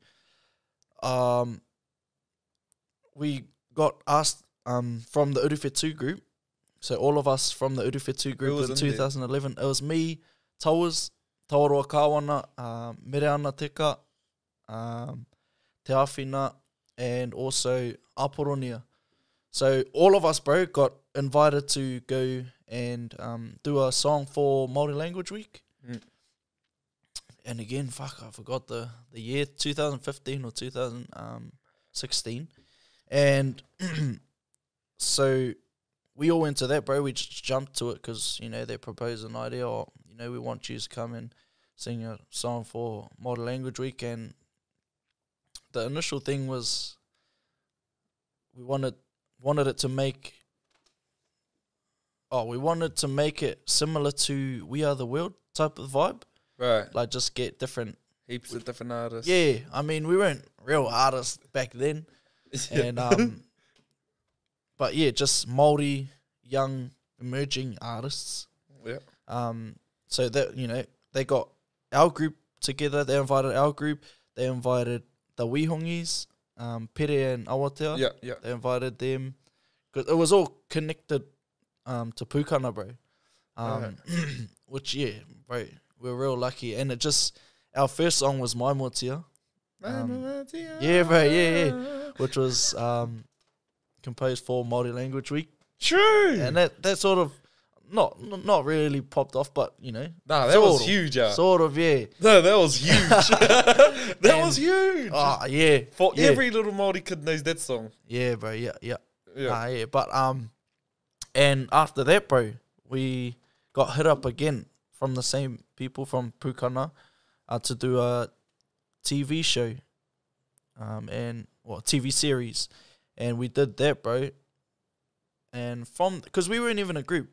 S4: Um, we got asked um, from the Urufetu group. So all of us from the Urufetu group
S2: was
S4: in
S2: in there?
S4: 2011. It was me, tauas, taoroa kāwana, um, mere ana teka, um, te awhina, and also Aporonia. So all of us, bro, got invited to go and um, do a song for Māori Language Week.
S2: Mm.
S4: And again, fuck, I forgot the, the year, 2015 or 2016. And so we all went to that, bro. We just jumped to it because, you know, they proposed an idea or, you know, we want you to come and sing a song for Modern Language Week. And the initial thing was we wanted wanted it to make oh we wanted to make it similar to we are the world type of vibe
S2: Right.
S4: like just get different
S2: Heaps of different artists.
S4: yeah i mean we weren't real artists back then and um, but yeah, just Maori young emerging artists.
S2: Yeah.
S4: Um, so that you know they got our group together. They invited our group. They invited the Wihongis, um, Pere and Awatea.
S2: Yeah, yeah.
S4: They invited them because it was all connected um, to Pukana, bro. Um, which yeah, bro, we are real lucky, and it just our first song was My Motia. Um, yeah, bro, yeah, yeah. Which was um, composed for Māori Language Week,
S2: True.
S4: and that that sort of not n- not really popped off, but you know,
S2: Nah, that
S4: sort
S2: was
S4: of,
S2: huge, yeah.
S4: Sort of, yeah.
S2: no, that was huge. that was huge.
S4: Ah, yeah.
S2: For
S4: yeah,
S2: every little Maori kid knows that song.
S4: yeah, bro, yeah, yeah,
S2: Yeah.
S4: Ah, yeah. But um, and after that, bro, we got hit up again from the same people from Pukana uh, to do a TV show, um, and well, TV series, and we did that, bro. And from because we weren't even a group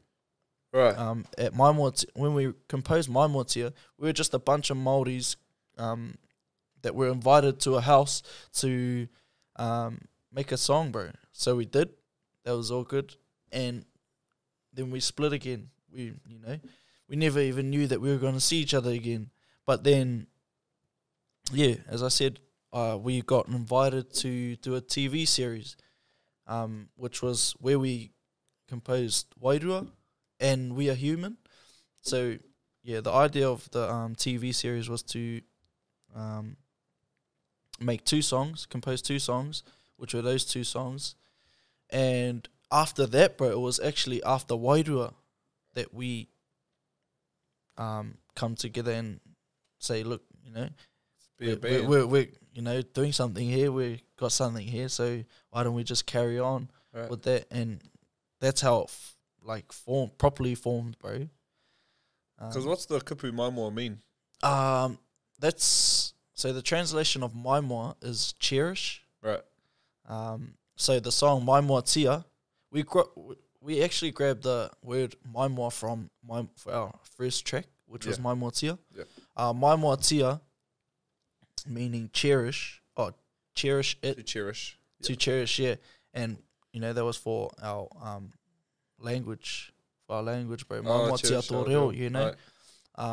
S2: Right.
S4: um, at my Mort- when we composed my Mortia, we were just a bunch of Maldives um, that were invited to a house to um, make a song, bro. So we did. That was all good, and then we split again. We, you know, we never even knew that we were going to see each other again. But then, yeah, as I said, uh, we got invited to do a TV series, um, which was where we composed Wairua and We Are Human. So, yeah, the idea of the um, TV series was to um, make two songs, compose two songs, which were those two songs. And after that, bro, it was actually after Wairua that we um, come together and say, look, you know,
S2: Be a
S4: we're,
S2: band.
S4: we're, we're you know doing something here. We got something here, so why don't we just carry on
S2: Right.
S4: with that? And that's how it f- like form properly formed, bro.
S2: Because what's the kupu maimoa mean?
S4: Um, that's so the translation of Maimoa is cherish.
S2: Right.
S4: Um, so the song Maimoa Tia, we gro- w- we actually grabbed the word Maimoa from my for our first track, which was
S2: Yeah.
S4: Maimoa Tia.
S2: Yeah.
S4: Uh, Maimoa Tia, meaning cherish or cherish it
S2: To cherish.
S4: to cherish, yeah. And you know that was for our um language, for our language, bro.
S2: Oh,
S4: Mā Moa Te
S2: cherish
S4: Ato
S2: our reo.
S4: Reo, you know,
S2: Right.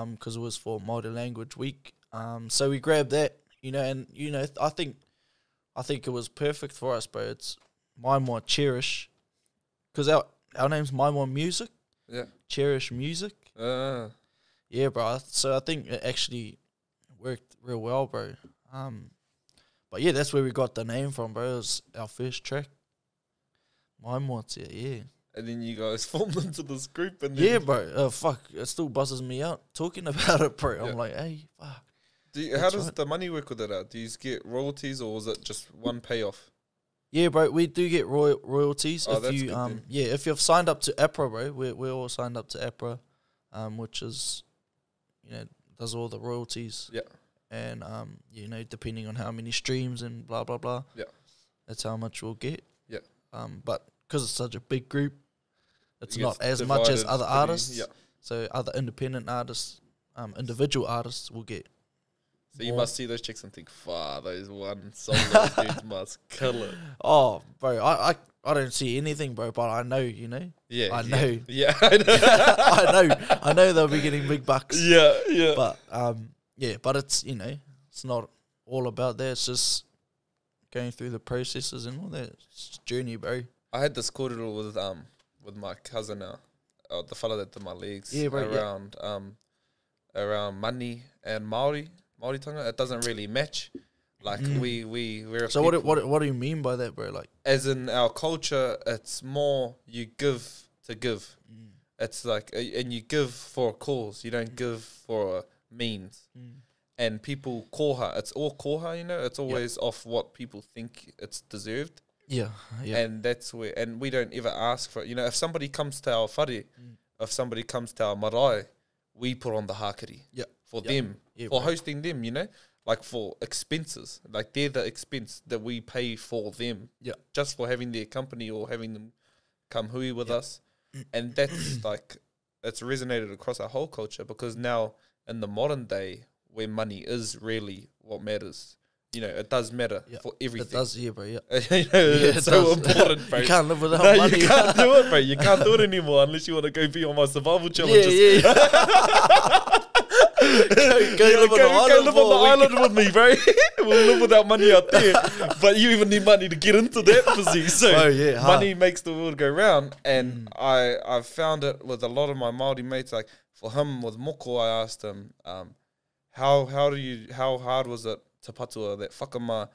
S4: um, because it was for Māori Language Week. Um, so we grabbed that, you know, and you know, I think, I think it was perfect for us, bro. It's Maimoa Cherish, because our our name's Maimoa Music,
S2: Yeah.
S4: Cherish Music,
S2: Uh,
S4: yeah, bro. I- So I think it actually worked real well, bro. Um, but yeah, that's where we got the name from, bro. It was our first track. Mine wants it, yeah.
S2: and then you guys formed into this group and then
S4: Yeah, bro. Uh, fuck, it still buzzes me out talking about it, bro. I'm
S2: Yeah.
S4: like, hey, fuck.
S2: Do you, how
S4: That's
S2: does
S4: right.
S2: the money work with it out? Do you get royalties or is it just one payoff?
S4: Yeah, bro. We do get royal royalties
S2: Oh,
S4: if
S2: that's
S4: you
S2: good
S4: um
S2: then.
S4: yeah if you've signed up to APRA, bro. We're we're all signed up to APRA, um, which is you know does all the royalties.
S2: Yeah.
S4: and um, you know, depending on how many streams and blah blah blah.
S2: Yeah.
S4: that's how much we'll get.
S2: Yeah.
S4: um, but because it's such a big group, it's
S2: It
S4: not
S2: gets
S4: as much as
S2: divided
S4: other
S2: pretty-
S4: artists.
S2: Yeah.
S4: So other independent artists, um, individual artists will get.
S2: So you
S4: More.
S2: must see those chicks and think, "Far, those one solo dudes must kill it."
S4: Oh, bro, I, I I don't see anything, bro. But I know, you know,
S2: Yeah,
S4: I
S2: yeah.
S4: know,
S2: Yeah, I know.
S4: I know, I know they'll be getting big bucks.
S2: yeah, yeah.
S4: But um, yeah, but it's you know, it's not all about that. It's just going through the processes and all that It's a journey, bro.
S2: I had this cordial with um with my cousin now, uh, the fellow uh, that did my legs
S4: Yeah, right, yeah.
S2: around um around money and Maori Maori tongue. It doesn't really match. Like we we we're a
S4: Mm. So what, do-
S2: people-
S4: what do- what do you mean by that, bro? Like
S2: as in our culture, it's more you give to give.
S4: Mm.
S2: It's like, a- and you give for a cause. You don't give for a means.
S4: Mm.
S2: And people koha. It's all koha, you know. It's always off what people think it's deserved,
S4: yeah, yeah,
S2: and that's where. And we don't ever ask for it. You know, if somebody comes to our whare,
S4: Mm.
S2: if somebody comes to our marae, we put on the hakiri
S4: yeah,
S2: for
S4: Yeah.
S2: them
S4: Yeah,
S2: for
S4: bro.
S2: hosting them you know like for expenses like they're the expense that we pay for them
S4: Yeah.
S2: just for having their company or having them come hui with us and that's like it's resonated across our whole culture because now in the modern day where money is really what matters you know it does matter
S4: Yeah.
S2: for
S4: it
S2: everything
S4: does, yeah, bro, yeah.
S2: you know,
S4: Yeah,
S2: it's
S4: it
S2: so
S4: does.
S2: important bro
S4: you can't live without
S2: no,
S4: money.
S2: you can't do it, bro. You can't do it anymore unless you want to go be on my survival
S4: yeah,
S2: challenges.
S4: yeah. yeah. go, go
S2: Yeah,
S4: live on
S2: go-
S4: an
S2: go
S4: island
S2: live
S4: for a
S2: on
S4: week.
S2: the island with me, bro. we'll live without money out there, but you even need money to get into that physique. So
S4: Oh, yeah, huh. Mm.
S2: money makes the world go round, and I I've found it with a lot of my Maori mates. Like for him with Moko, I asked him, um, how how do you how hard was it to patua that whakama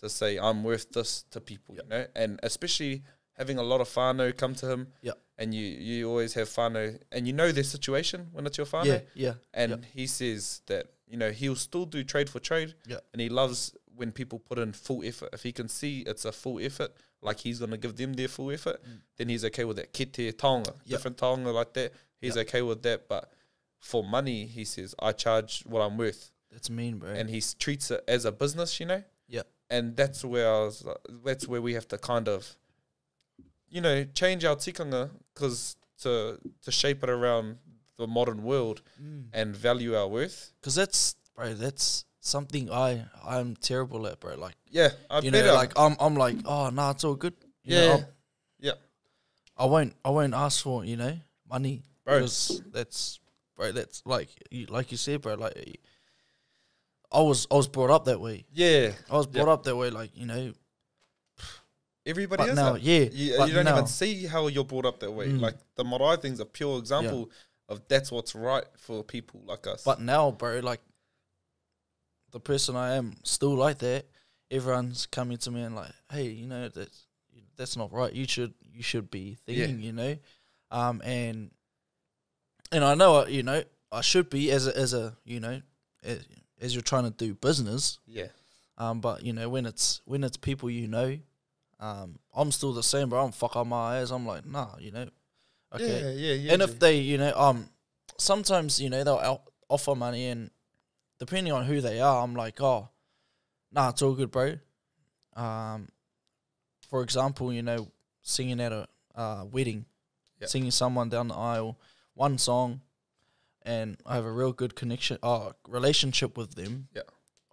S2: to say I'm worth this to people, you know, and especially having a lot of whānau come to him.
S4: Yep.
S2: And you, you always have whānau, and you know their situation when it's your whānau.
S4: Yeah, yeah.
S2: And he says that, you know, he'll still do trade for trade.
S4: Yeah.
S2: And he loves when people put in full effort. If he can see it's a full effort, like he's going to give them their full effort,
S4: Mm.
S2: then he's okay with that. Kete, taonga, different taonga like that. He's okay with that. But for money, he says, I charge what I'm worth.
S4: That's mean, bro.
S2: And he s- treats it as a business, you know?
S4: yeah,
S2: and that's where I was like, that's where we have to kind of you know change our tikanga because to to shape it around the modern world
S4: Mm.
S2: and value our worth
S4: because that's bro. That's something I I'm terrible at, bro. Like
S2: yeah I
S4: you
S2: better
S4: know, like I'm I'm like, oh nah, it's all good. You know,
S2: Yeah.
S4: I'll-
S2: yeah
S4: I won't I won't ask for you know money
S2: Bro.
S4: because that's bro. That's like you, like you said, bro. Like I was I was brought up that way.
S2: yeah
S4: I was brought up that way, like you know.
S2: everybody
S4: But
S2: is
S4: now,
S2: that.
S4: yeah,
S2: you,
S4: but
S2: you don't
S4: now. Mm.
S2: even see how you're brought up that way like the marae thing's a pure example of that's what's right for people like us
S4: But now, bro, like the person I am, still like that. Everyone's coming to me and like, hey, you know that's that's not right. You should you should be thinking, you know, um, and and I know, uh, you know, I should be as a, as a you know, as, as you're trying to do business,
S2: yeah
S4: um, but you know when it's when it's people you know, um, I'm still the same, bro. I'm fuck on my ass. I'm like, nah, you know, okay,
S2: yeah yeah
S4: and if they, you know, um, sometimes you know they'll out- offer money, and depending on who they are, I'm like, oh, nah, it's all good, bro. Um, for example, you know, singing at a uh, wedding,
S2: Yeah.
S4: singing someone down the aisle, one song, and I have a real good connection, uh, relationship with them.
S2: Yeah.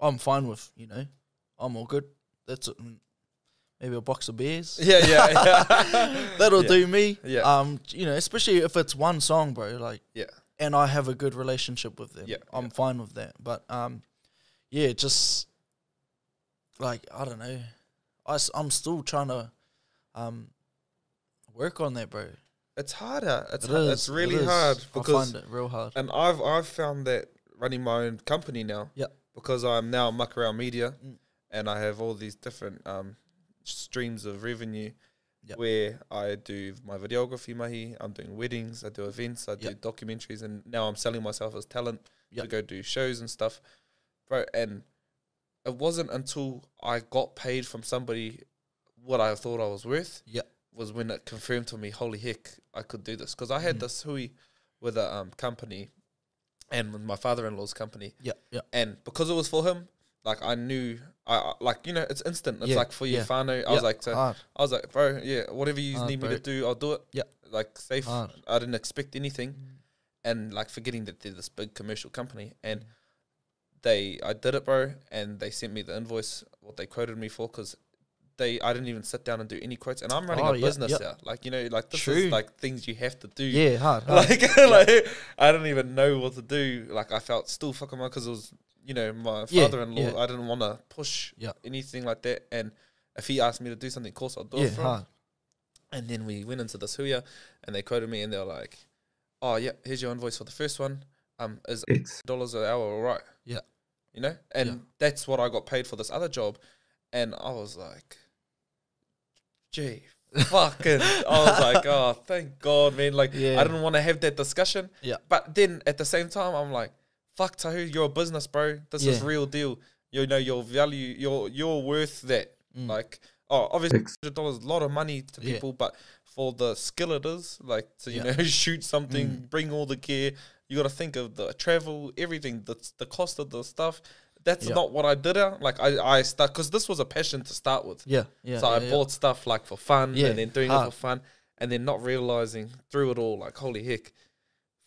S4: I'm fine with, you know, I'm all good. That's it. Mm, Maybe a box of beers.
S2: yeah yeah yeah
S4: That'll do me.
S2: Yeah.
S4: Um, you know, especially if it's one song, bro. Like,
S2: yeah
S4: and I have a good relationship with them.
S2: Yeah,
S4: I'm fine with that. But um, yeah, just like I don't know, I am still trying to um work on that, bro.
S2: it's harder it's,
S4: It
S2: hard.
S4: is,
S2: it's really
S4: it is.
S2: hard
S4: I
S2: because
S4: find it real hard.
S2: And I've I've found that running my own company now.
S4: Yep.
S2: Because I'm now muck around media, and I have all these different um, streams of revenue,
S4: Yep.
S2: where I do my videography mahi. I'm doing weddings. I do events. I
S4: Yep.
S2: do documentaries, and now I'm selling myself as talent to
S4: Yep.
S2: go do shows and stuff, bro. And it wasn't until I got paid from somebody what I thought I was worth
S4: Yeah,
S2: was when it confirmed to me, holy heck, I could do this. Because I had this hui with a um, company and with my father in law's company.
S4: yeah, yeah,
S2: And because it was for him, like I knew, I- I like, you know, it's instant. It's
S4: Yeah,
S2: like for your
S4: yeah.
S2: whānau. I
S4: Yeah,
S2: was like, to,
S4: hard.
S2: I was like, bro, yeah, whatever you
S4: Hard,
S2: need me
S4: bro.
S2: to do, I'll do it.
S4: Yeah.
S2: Like safe.
S4: Hard. Mm.
S2: I didn't expect anything. And like forgetting that they're this big commercial company. And they, I did it, bro. And they sent me the invoice, what they quoted me for, because they, I didn't even sit down and do any quotes. And I'm running
S4: Oh,
S2: a
S4: yeah,
S2: business
S4: yeah.
S2: now. Like, you know, like this
S4: True.
S2: is like things you have to do.
S4: Oh, yeah, hard. hard.
S2: Like, like I don't even know what to do. Like I felt still fucking my because it was you know my
S4: Yeah,
S2: father-in-law.
S4: yeah.
S2: I didn't want to push
S4: Yeah.
S2: anything like that. And if he asked me to do something, of course I'll do
S4: yeah,
S2: it. For him.
S4: hard.
S2: And then we went into this huya, and they quoted me, and they were like, "Oh yeah, here's your invoice for the first one. um, is
S5: X.
S2: dollars an hour, all right?
S4: Yeah.
S2: You know, and
S4: Yeah.
S2: that's what I got paid for this other job, and I was like, gee, fucking, I was like, oh, thank God, man. Like,
S4: Yeah.
S2: I didn't want to have that discussion.
S4: Yeah.
S2: But then at the same time, I'm like, fuck, Tahu, you're a business, bro. This is
S4: Yeah.
S2: real deal. You know, your value, your your worth that. Like, oh, obviously,
S5: Ex-
S2: hundred dollars, a lot of money to
S4: Mm. Yeah.
S2: people, but for the skill it is, like to you
S4: Yeah. Mm.
S2: know shoot something, bring all the gear. You got to think of the travel, everything, the the cost of the stuff. That's
S4: Yeah.
S2: not what I did. uh, Like I, I start because this was a passion to start with.
S4: Yeah, yeah.
S2: so I
S4: yeah, yeah.
S2: bought stuff like for fun,
S4: Yeah,
S2: and then doing it
S4: hard.
S2: for fun, and then not realizing through it all, like holy heck,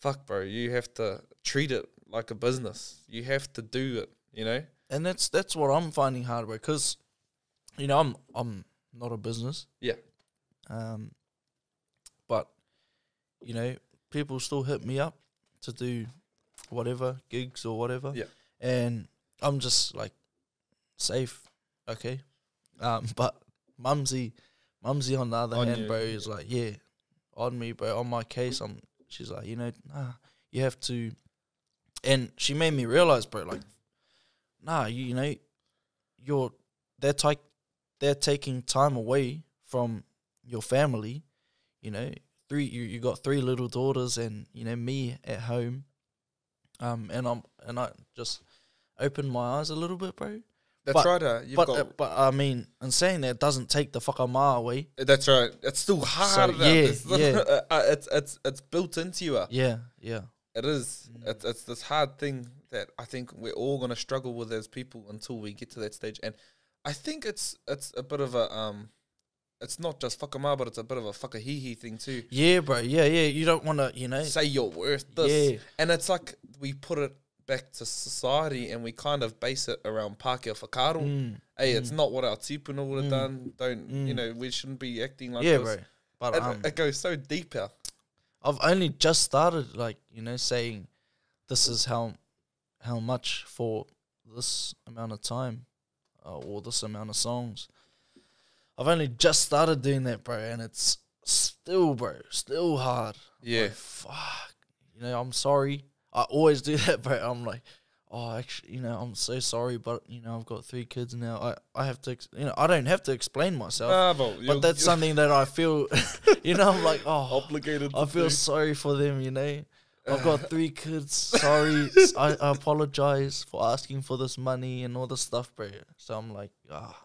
S2: fuck, bro, you have to treat it like a business. You have to do it. You know.
S4: and that's that's what I'm finding hard because, you know, I'm I'm not a business,
S2: Yeah.
S4: um, but you know, people still hit me up to do whatever gigs or whatever,
S2: Yeah.
S4: and I'm just like safe, okay, um, but Mumsy, Mumsy on the other
S2: On
S4: hand,
S2: you,
S4: bro, is like yeah, on me, bro, on my case, I'm. She's like, you know, nah, you have to, and she made me realize, bro, like, nah, you, you know, you're they're take they're taking time away from your family. You know, three you you got three little daughters and you know me at home. Um, and I'm and I just opened my eyes a little bit, bro.
S2: That's
S4: But-
S2: right. Uh, you've
S4: but
S2: got.
S4: uh, but I mean, in saying that, it doesn't take the fucker ma away.
S2: that's right. It's still hard. uh,
S4: yeah,
S2: it's,
S4: yeah.
S2: uh, it's it's it's built into you. uh.
S4: Yeah, Mm. yeah,
S2: It is. It's, it's this hard thing that I think we're all going to struggle with as people until we get to that stage. And I think it's it's a bit of a um, it's not just fuck 'em up, but it's a bit of a fuck a hee hee thing too.
S4: yeah, bro. Yeah, yeah. You don't want to, you know.
S2: Say you're worth this,
S4: Yeah.
S2: and it's like we put it back to society and we kind of base it around Pākehā whakaaro.
S4: Mm.
S2: Hey, it's not what our tipuna would have done. Don't you know? We shouldn't be acting like
S4: yeah,
S2: this.
S4: bro. But
S2: And uh,
S4: um,
S2: it goes so deeper.
S4: I've only just started, like you know, saying this is how how much for this amount of time uh, or this amount of songs. I've only just started doing that, bro, and it's still, bro, still hard. I'm
S2: Yeah.
S4: like, fuck. You know, I'm sorry. I always do that, bro. I'm like, oh, actually, you know, I'm so sorry, but you know, I've got three kids now. I I have to, ex- you know, I don't have to explain myself.
S2: Ah, but
S4: but
S2: you're-
S4: that's
S2: you're
S4: something that I feel, you know, I'm like, oh,
S2: obligated.
S4: I
S2: to
S4: feel
S2: do.
S4: sorry for them, you know. I've got three kids. Sorry, S- I, I apologize for asking for this money and all this stuff, bro. So I'm like, ah,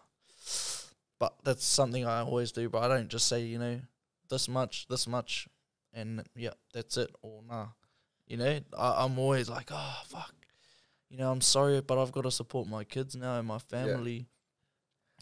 S4: but that's something I always do. But I don't just say, you know, this much, this much, and yeah, that's it or nah. You know, I, I'm always like, oh fuck, you know, I'm sorry, but I've got to support my kids now and my family.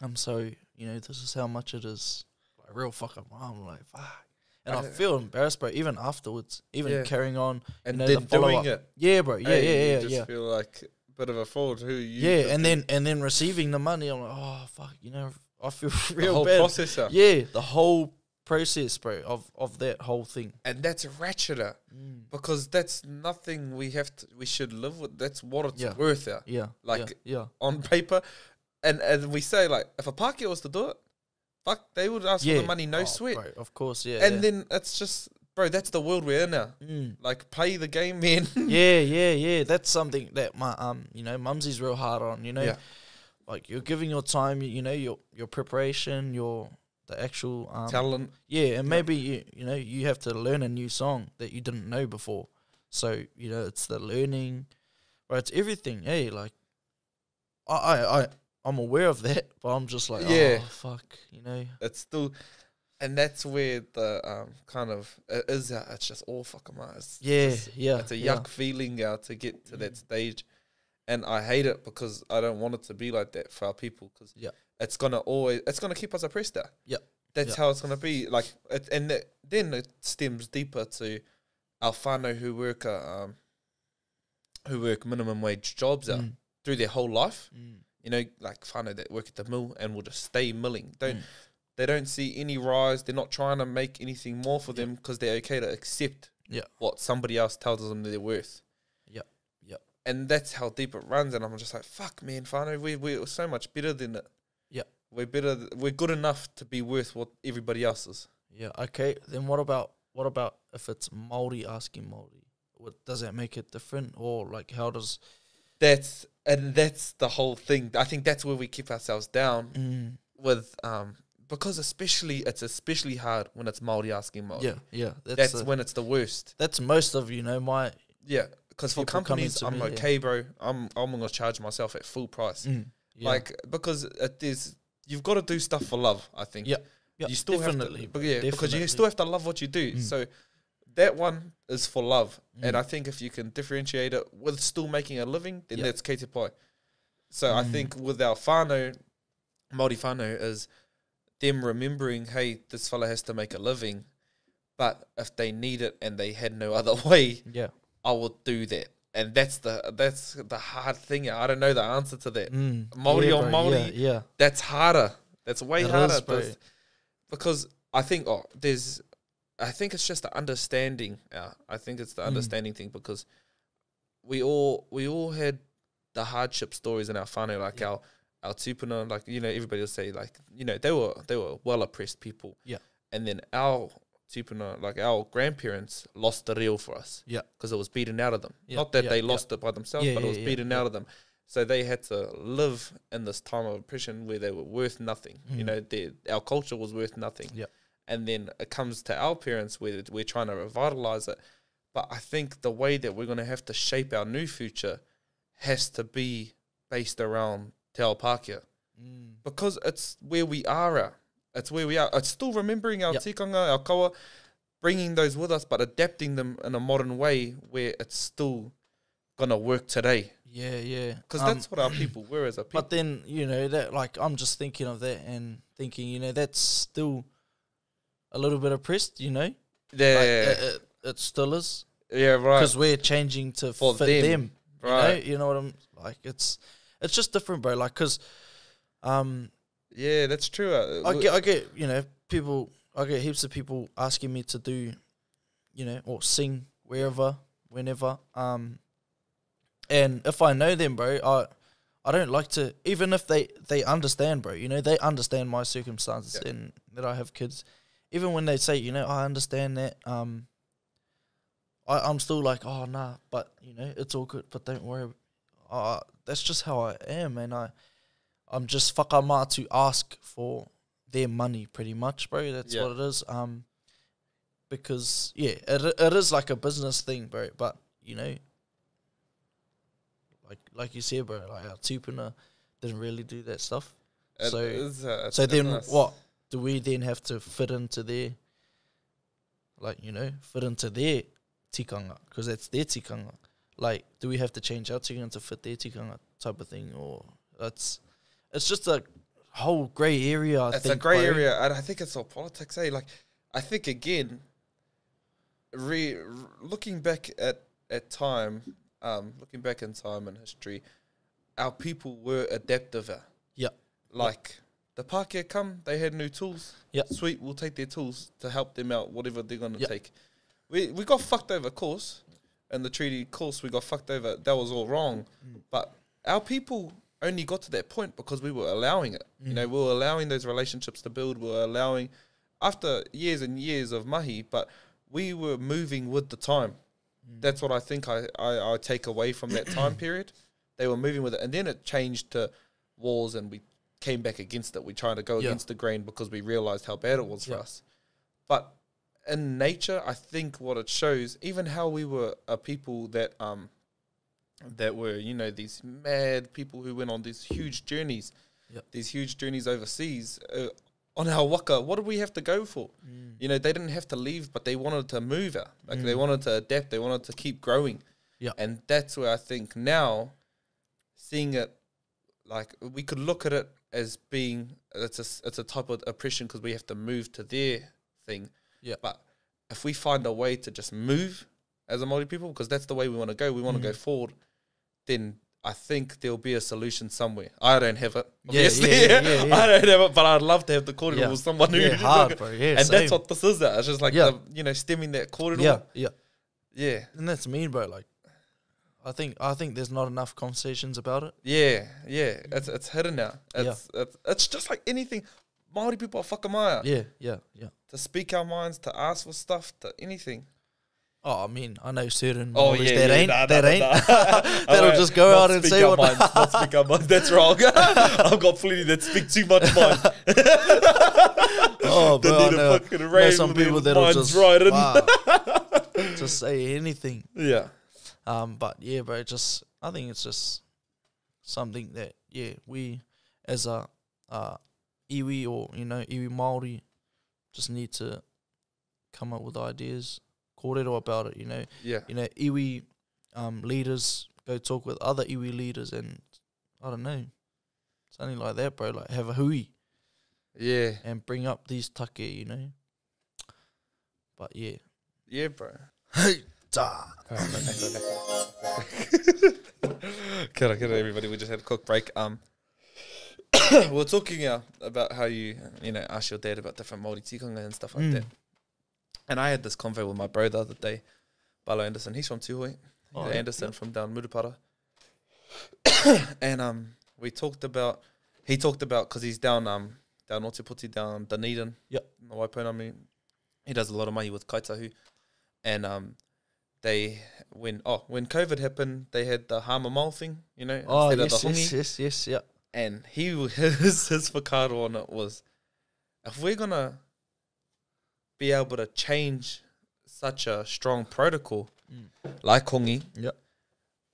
S4: I'm so, you know, this is how much it is. Like real fucking mom, like fuck. And I, feel embarrassed, bro. Even afterwards, even
S2: Yeah.
S4: carrying on
S2: And
S4: you know,
S2: then
S4: the follow
S2: doing
S4: up.
S2: it.
S4: Yeah, bro. Yeah,
S2: Hey, you
S4: yeah, yeah,
S2: just
S4: yeah.
S2: feel like a bit of a fraud. Who you?
S4: Yeah,
S2: just
S4: and
S2: did
S4: then and then receiving the money, I'm like, oh fuck, you know, I feel real
S2: the whole
S4: bad.
S2: processor,
S4: Yeah, the whole process, bro, of of that whole thing.
S2: and that's ratcheter
S4: Mm.
S2: because that's nothing we have to. We should live with. That's what it's
S4: Yeah.
S2: worth. Out.
S4: Yeah,
S2: Like-
S4: yeah,
S2: on paper, and and we say like, if a Pākehā was to do it, fuck, they would ask
S4: yeah.
S2: for the money, no
S4: Oh,
S2: sweat.
S4: bro, of course, yeah.
S2: And
S4: yeah.
S2: then it's just, bro, that's the world we're in now. Like, play the game, man.
S4: Mm. yeah, yeah, yeah. That's something that my um, you know, mumsy's real hard on. You know,
S2: Yeah.
S4: like you're giving your time. You, you know, your your preparation, your the actual um,
S2: Talent.
S4: Yeah, and maybe you you know you have to learn a new song that you didn't know before. So you know it's the learning, right? It's everything. Hey, like I I I I'm aware of that, but I'm just like,
S2: Yeah.
S4: oh fuck, you know,
S2: it's still and that's where the um kind of it is uh, it's just all fucking mine. It's
S4: Yeah,
S2: just-
S4: yeah,
S2: It's a yuck
S4: yeah. Mm.
S2: feeling uh, to get to that stage, and I hate it because I don't want it to be like that for our people because
S4: Yeah.
S2: it's gonna always it's gonna keep us oppressed. There.
S4: Yep.
S2: that's
S4: Yep.
S2: how it's gonna be. Like it, and it, then it stems deeper to our whānau who work uh, um who work minimum wage jobs out through their whole life you know, like whānau that work at the mill and will just stay milling. Don't they don't see any rise. They're not trying to make anything more for them because they're okay to accept
S4: Yeah.
S2: what somebody else tells them they're worth.
S4: Yep, yep.
S2: And that's how deep it runs. And I'm just like, fuck, man, whānau, we we're so much better than it.
S4: Yep.
S2: We're better. th- We're good enough to be worth what everybody else is.
S4: yeah, okay. Then what about what about if it's Maori asking Maori What does that make it different, or like how does?
S2: That's and that's the whole thing. I think that's where we keep ourselves down
S4: Mm,
S2: with um because especially it's especially hard when it's Maori asking Maori.
S4: yeah, yeah. That's
S2: Oh, that's
S4: the-
S2: when it's the worst.
S4: that's most of you know my.
S2: Yeah, because for
S4: People coming
S2: companies,
S4: to
S2: I'm
S4: me, yeah.
S2: okay, bro. I'm I'm gonna charge myself at full price.
S4: Mm, yeah.
S2: Like because it is you've got to do stuff for love. I think.
S4: Yep, yep,
S2: You still
S4: definitely,
S2: have to,
S4: bro,
S2: but yeah, because you
S4: definitely. Mm.
S2: still have to love what you do. So that one is for love, and I think if you can differentiate it with still making a living, then
S4: Yep.
S2: that's K te pai. So
S4: Mm.
S2: I think with our whānau, Māori whānau is them remembering, hey, this fella has to make a living, but if they need it and they had no other way,
S4: yeah,
S2: I will do that. And that's the that's the hard thing. I don't know the answer to that.
S4: mm,
S2: Maori
S4: yeah,
S2: on
S4: bro,
S2: Maori,
S4: yeah, yeah,
S2: that's harder. That's way
S4: It
S2: harder.
S4: is, bro.
S2: There's- because I think oh, there's, I think it's just the understanding. Yeah, I think it's the
S4: Hmm.
S2: understanding thing because we all we all had the hardship stories in our family, like our our tupuna, like you know everybody will say like you know they were they were well oppressed people.
S4: Yeah.
S2: and then our tupuna, like our grandparents, lost the reel for us
S4: yeah,
S2: because it was beaten out of them.
S4: Yeah,
S2: Not that
S4: yeah,
S2: they
S4: yeah.
S2: lost it by themselves,
S4: Yeah,
S2: but
S4: yeah,
S2: it was
S4: yeah,
S2: beaten out of them. So they had to live in this time of oppression where they were worth nothing. You
S4: Mm.
S2: know, their, our culture was worth nothing.
S4: Yeah.
S2: And then it comes to our parents where we're trying to revitalize it. But I think the way that we're going to have to shape our new future has to be based around Te Ao Pākehā
S4: mm,
S2: because it's where we are at. It's where we are. It's still remembering our
S4: Yep.
S2: tikanga, our kawa, bringing those with us, but adapting them in a modern way where it's still gonna work today.
S4: yeah, yeah.
S2: Because
S4: Um,
S2: that's what our people were as a people.
S4: But then you know that like I'm just thinking of that and thinking you know that's still a little bit oppressed. You know,
S2: yeah,
S4: like, uh, it, it, it still is
S2: yeah, right,
S4: because we're changing to
S2: For
S4: fit
S2: them,
S4: them.
S2: right.
S4: You know, you know what I'm like. It's it's just different, bro. Like because um
S2: yeah, that's true. Uh,
S4: I
S2: we-
S4: get, I get, you know, people, I get heaps of people asking me to do, you know, or sing wherever, whenever. Um, and if I know them, bro, I, I don't like to, even if they, they understand, bro, you know, they understand my circumstances and that I have kids. Even when they say, you know, I understand that, um, I, I'm still like, oh, nah, but, you know, it's all good, but don't worry. Uh, that's just how I am, and I, I'm just whakama to ask for their money, pretty much, bro. That's
S2: Yeah.
S4: what it is. Um, because yeah, it it is like a business thing, bro. But you know, like like you said, bro, like our tupuna didn't really do that stuff.
S2: it
S4: so
S2: is, uh,
S4: so then
S2: it's-
S4: what do we then have to fit into their like you know fit into their tikanga because that's their tikanga. Like, do we have to change our tikanga to fit their tikanga type of thing, or that's it's just a whole grey area. I
S2: It's
S4: think,
S2: a grey
S4: bro.
S2: area, and I think it's all politics. Eh? Like, I think again, re, r looking back at at time, um, looking back in time and history, our people were adaptive. eh?
S4: Yeah,
S2: Like the Pākehā come, they had new tools.
S4: Yeah.
S2: sweet. We'll take their tools to help them out, whatever they're gonna
S4: Yeah.
S2: take. We we got fucked over, of course, and the treaty, of course, we got fucked over. That was all wrong, but our people only got to that point because we were allowing it. You know, we were allowing those relationships to build. We were allowing after years and years of mahi, but we were moving with the time.
S4: Mm.
S2: That's what I think I, I, I take away from that time period. They were moving with it, and then it changed to wars, and we came back against it. We tried to go
S4: Yeah.
S2: against the grain because we realized how bad it was for
S4: Yeah.
S2: us. But in nature, I think what it shows, even how we were a people that um that were you know these mad people who went on these huge journeys,
S4: Yep.
S2: these huge journeys overseas. Uh, on our waka, what did we have to go for? You know, they didn't have to leave, but they wanted to move out. Like they wanted to adapt, they wanted to keep growing.
S4: Yep.
S2: And that's where I think now, seeing it, like we could look at it as being it's a s- it's a type of oppression because we have to move to their thing.
S4: Yeah.
S2: But if we find a way to just move as a Maori people, because that's the way we want to go, we want to go
S4: Mm-hmm.
S2: forward. Then I think there'll be a solution somewhere. I don't have it.
S4: Yeah, yeah,
S2: obviously.
S4: yeah, yeah, yeah.
S2: I don't have it, but I'd love to have the cordial
S4: Yeah.
S2: with someone who
S4: Yeah, hard, bro. Yeah,
S2: and
S4: same.
S2: that's what this is. At. It's just like
S4: Yeah.
S2: the, you know stemming that cordial.
S4: Yeah, yeah,
S2: yeah,
S4: and that's mean, bro. Like, I think I think there's not enough conversations about it.
S2: yeah, yeah. It's it's hidden now. It's it's, it's just like anything. Maori people are fucking Maya.
S4: Yeah, yeah, yeah.
S2: to speak our minds, to ask for stuff, to anything.
S4: Oh, I mean, I know certain
S2: Oh,
S4: models
S2: yeah,
S4: that
S2: yeah,
S4: ain't
S2: nah, nah,
S4: that
S2: nah,
S4: ain't
S2: nah. I
S4: that'll
S2: won't-
S4: just go
S2: not
S4: out and
S2: speak
S4: see
S2: our
S4: what.
S2: minds, not speak our minds. That's wrong. I've got plenty that speak too much mine.
S4: oh, bro, I
S2: need a
S4: know,
S2: fucking
S4: know
S2: rain
S4: some
S2: with their
S4: people that'll
S2: minds
S4: just
S2: right in.
S4: wow, just say anything.
S2: Yeah.
S4: Um, but yeah, bro, just I think it's just something that yeah we as a uh, iwi or you know iwi Maori just need to come up with ideas, kōrero about it. You know,
S2: Yeah.
S4: you know iwi um, leaders go talk with other iwi leaders, and I don't know something like that, bro. Like have a hui
S2: Yeah.
S4: and bring up these take, you know. But yeah,
S2: Yeah, bro. Kia ora, kia ora, everybody. We just had a quick break. Um, we we're talking uh, about how you, you know, ask your dad about different Māori tikanga and stuff like
S4: Mm.
S2: that. And I had this convo with my bro the other day, Balo Anderson. He's from Tuhoi.
S4: Oh,
S2: the
S4: yeah.
S2: Anderson from down Murupara. and um, we talked about, he talked about, because he's down, um, down Otiputi, down Dunedin.
S4: Yep.
S2: in the Waipunami. He does a lot of money with Kaitahu. And um, they when oh when COVID happened, they had the harm mall thing, you know,
S4: oh
S2: instead
S4: yes,
S2: of the hongi.
S4: yes, yes, yes, yeah.
S2: And he w- his his whakaaro on it was, if we're gonna be able to change such a strong protocol like hongi,
S4: Yep.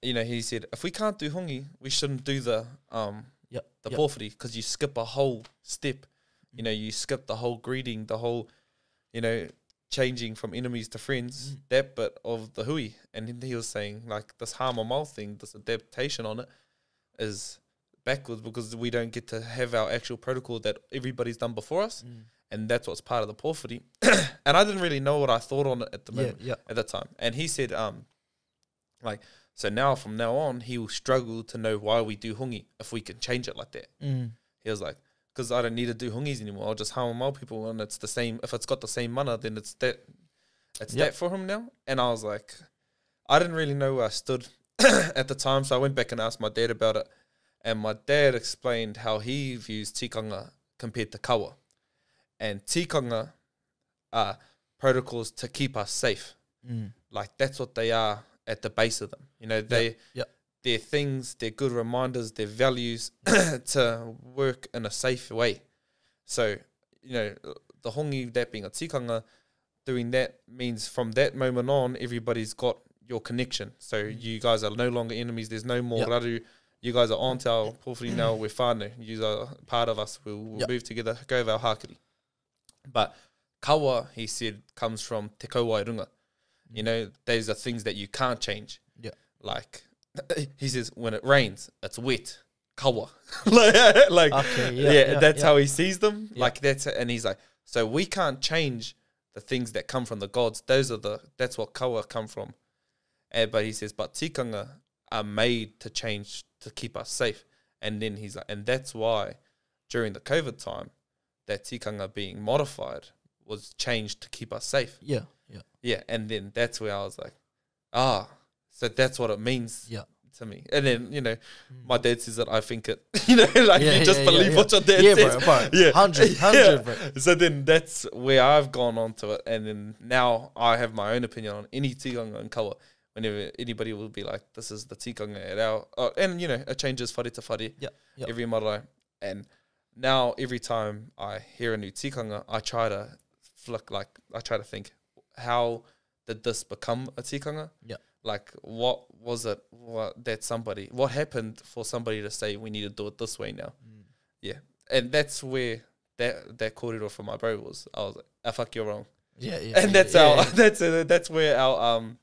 S2: you know, he said if we can't do hongi, we shouldn't do the um
S4: Yep.
S2: the
S4: yep.
S2: porphyry because you skip a whole step. You know, you skip the whole greeting, the whole, you know, changing from enemies to friends,
S4: Mm.
S2: that bit of the hui. And then he was saying, like, this harm or mal thing, this adaptation on it is backwards because we don't get to have our actual protocol that everybody's done before us.
S4: Mm.
S2: And that's what's part of the porphyry. and I didn't really know what I thought on it at the
S4: Yeah,
S2: moment,
S4: yeah.
S2: at that time. And he said, um, like, so now from now on, he will struggle to know why we do hongi if we can change it like that.
S4: Mm.
S2: He was like, because I don't need to do hungis anymore. I'll just harm all people, and it's the same. If it's got the same mana, then it's that. It's
S4: Yep.
S2: that for him now. And I was like, I didn't really know where I stood at the time, so I went back and asked my dad about it. And my dad explained how he views tikanga compared to kawa, and tikanga are protocols to keep us safe.
S4: Mm.
S2: Like that's what they are at the base of them. You know, they
S4: Yep.
S2: their things, their good reminders, their values to work in a safe way. So, you know, the hongi, that being a tikanga, doing that means from that moment on, everybody's got your connection. So you guys are no longer enemies. There's no more
S4: Mm. Yep.
S2: raru. You guys are on our porphyry now. We're whānau. You are part of us. We'll, we'll
S4: Yep.
S2: move together. Go of our hakiri. But kawa, he said, comes from te
S4: Mm.
S2: kawairunga. You know, those are things that you can't change
S4: Yeah.
S2: like he says when it rains it's wet kawa like, like,
S4: Okay,
S2: yeah,
S4: yeah, yeah,
S2: that's
S4: yeah.
S2: how he sees them like that's and he's like so we can't change the things that come from the gods those are the that's what kawa come from and, but he says but tikanga are made to change to keep us safe and then he's like and that's why during the covid time that tikanga being modified was changed to keep us safe
S4: Yeah. Yeah.
S2: yeah, and then that's where I was like, ah, so that's what it means
S4: Yeah. Mm.
S2: to me. And then you know, my dad says that I think it. You know, like you just believe
S4: yeah,
S2: what your dad
S4: yeah,
S2: says.
S4: Bro, bro.
S2: Yeah,
S4: 100, 100, bro.
S2: Yeah. So then that's where I've gone on to it, and then now I have my own opinion on any tikanga and kawa. Whenever anybody will be like, "This is the tikanga at our," oh, and you know, it changes whare to whare
S4: Yeah. Yeah.
S2: every marae. And now every time I hear a new tikanga, I try to flick like I try to think, how did this become a tikanga?
S4: Yeah.
S2: Like what was it what, that somebody what happened for somebody to say we need to do it this way now? Yeah. And that's where that that corridor for my bro was. I was like, ah, fuck you're wrong.
S4: Yeah. Yeah.
S2: And that's
S4: yeah,
S2: our
S4: yeah.
S2: that's uh, that's where our um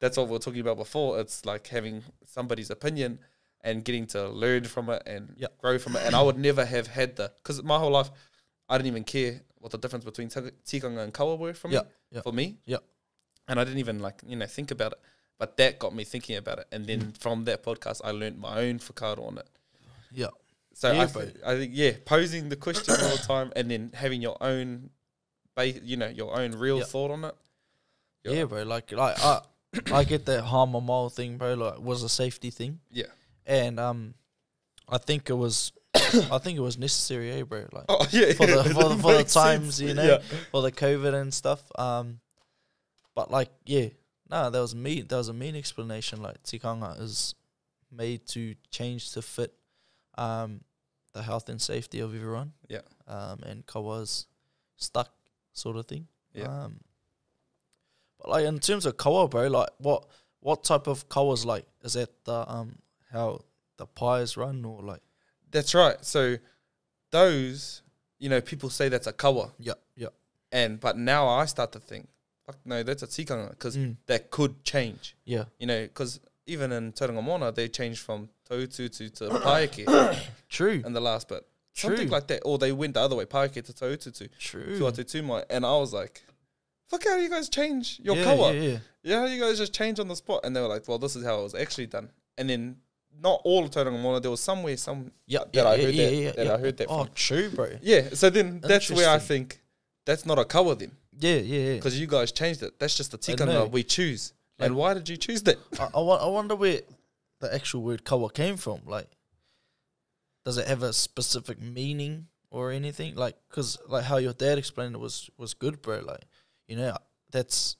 S2: that's what we were talking about before. It's like having somebody's opinion and getting to learn from it and
S4: Yep.
S2: grow from it. And I would never have had the because my whole life I didn't even care what the difference between tanga- tikanga and kawa were for me.
S4: Yep, yep.
S2: For me,
S4: Yep.
S2: and I didn't even like you know think about it. But that got me thinking about it, and then
S4: Mm.
S2: from that podcast, I learned my own whakaaro on it.
S4: Yeah.
S2: So
S4: Yeah,
S2: I, th- I think yeah, posing the question all the time, and then having your own, ba- you know, your own real
S4: Yep.
S2: thought on it. Yeah.
S4: Yeah, bro. Like, like I, I get that harm or mile thing, bro. Like, was a safety thing,
S2: Yeah.
S4: and um, I think it was, I think it was necessary, eh, bro. Like,
S2: Oh yeah.
S4: for the
S2: it
S4: for the, for the
S2: makes
S4: times,
S2: sense.
S4: you know,
S2: Yeah.
S4: for the COVID and stuff. Um, but like, yeah, No, there was me. There was a mean explanation like tikanga is made to change to fit um, the health and safety of everyone.
S2: Yeah.
S4: Um, and kawa's stuck sort of thing.
S2: Yeah.
S4: Um, but like in terms of kawa, bro, like what what type of kawa's like? Is that the um how the pies run or like?
S2: That's right. So those, you know, people say that's a kawa,
S4: Yeah. Yeah.
S2: and but now I start to think, fuck no, that's a tikanga because
S4: Mm.
S2: that could change.
S4: Yeah.
S2: You know, because even in Tarangamona, they changed from tautu to, to paeke
S4: True.
S2: in the last bit. Something
S4: True.
S2: like that. Or they went the other way, paeke to tautu to
S4: True.
S2: tuatutuma. And I was like, fuck how you guys change your
S4: yeah,
S2: kawa.
S4: Yeah. Yeah.
S2: yeah, you guys just change on the spot. And they were like, well, this is how it was actually done. And then not all of Tauranga there was somewhere some
S4: Yeah,
S2: that
S4: yeah,
S2: I
S4: yeah,
S2: heard
S4: yeah,
S2: that,
S4: yeah,
S2: that
S4: yeah.
S2: I heard that
S4: Oh,
S2: from.
S4: true, bro.
S2: Yeah, so then that's where I
S4: Interesting.
S2: think that's not a kawa then,
S4: Yeah, yeah. yeah.
S2: because you guys changed it. That's just the
S4: know.
S2: tikanga we choose. And why did you choose that?
S4: I, I, wo- I wonder where the actual word kawa came from. Like, does it have a specific meaning or anything? Like, cause like how your dad explained it was was good, bro. Like, you know, that's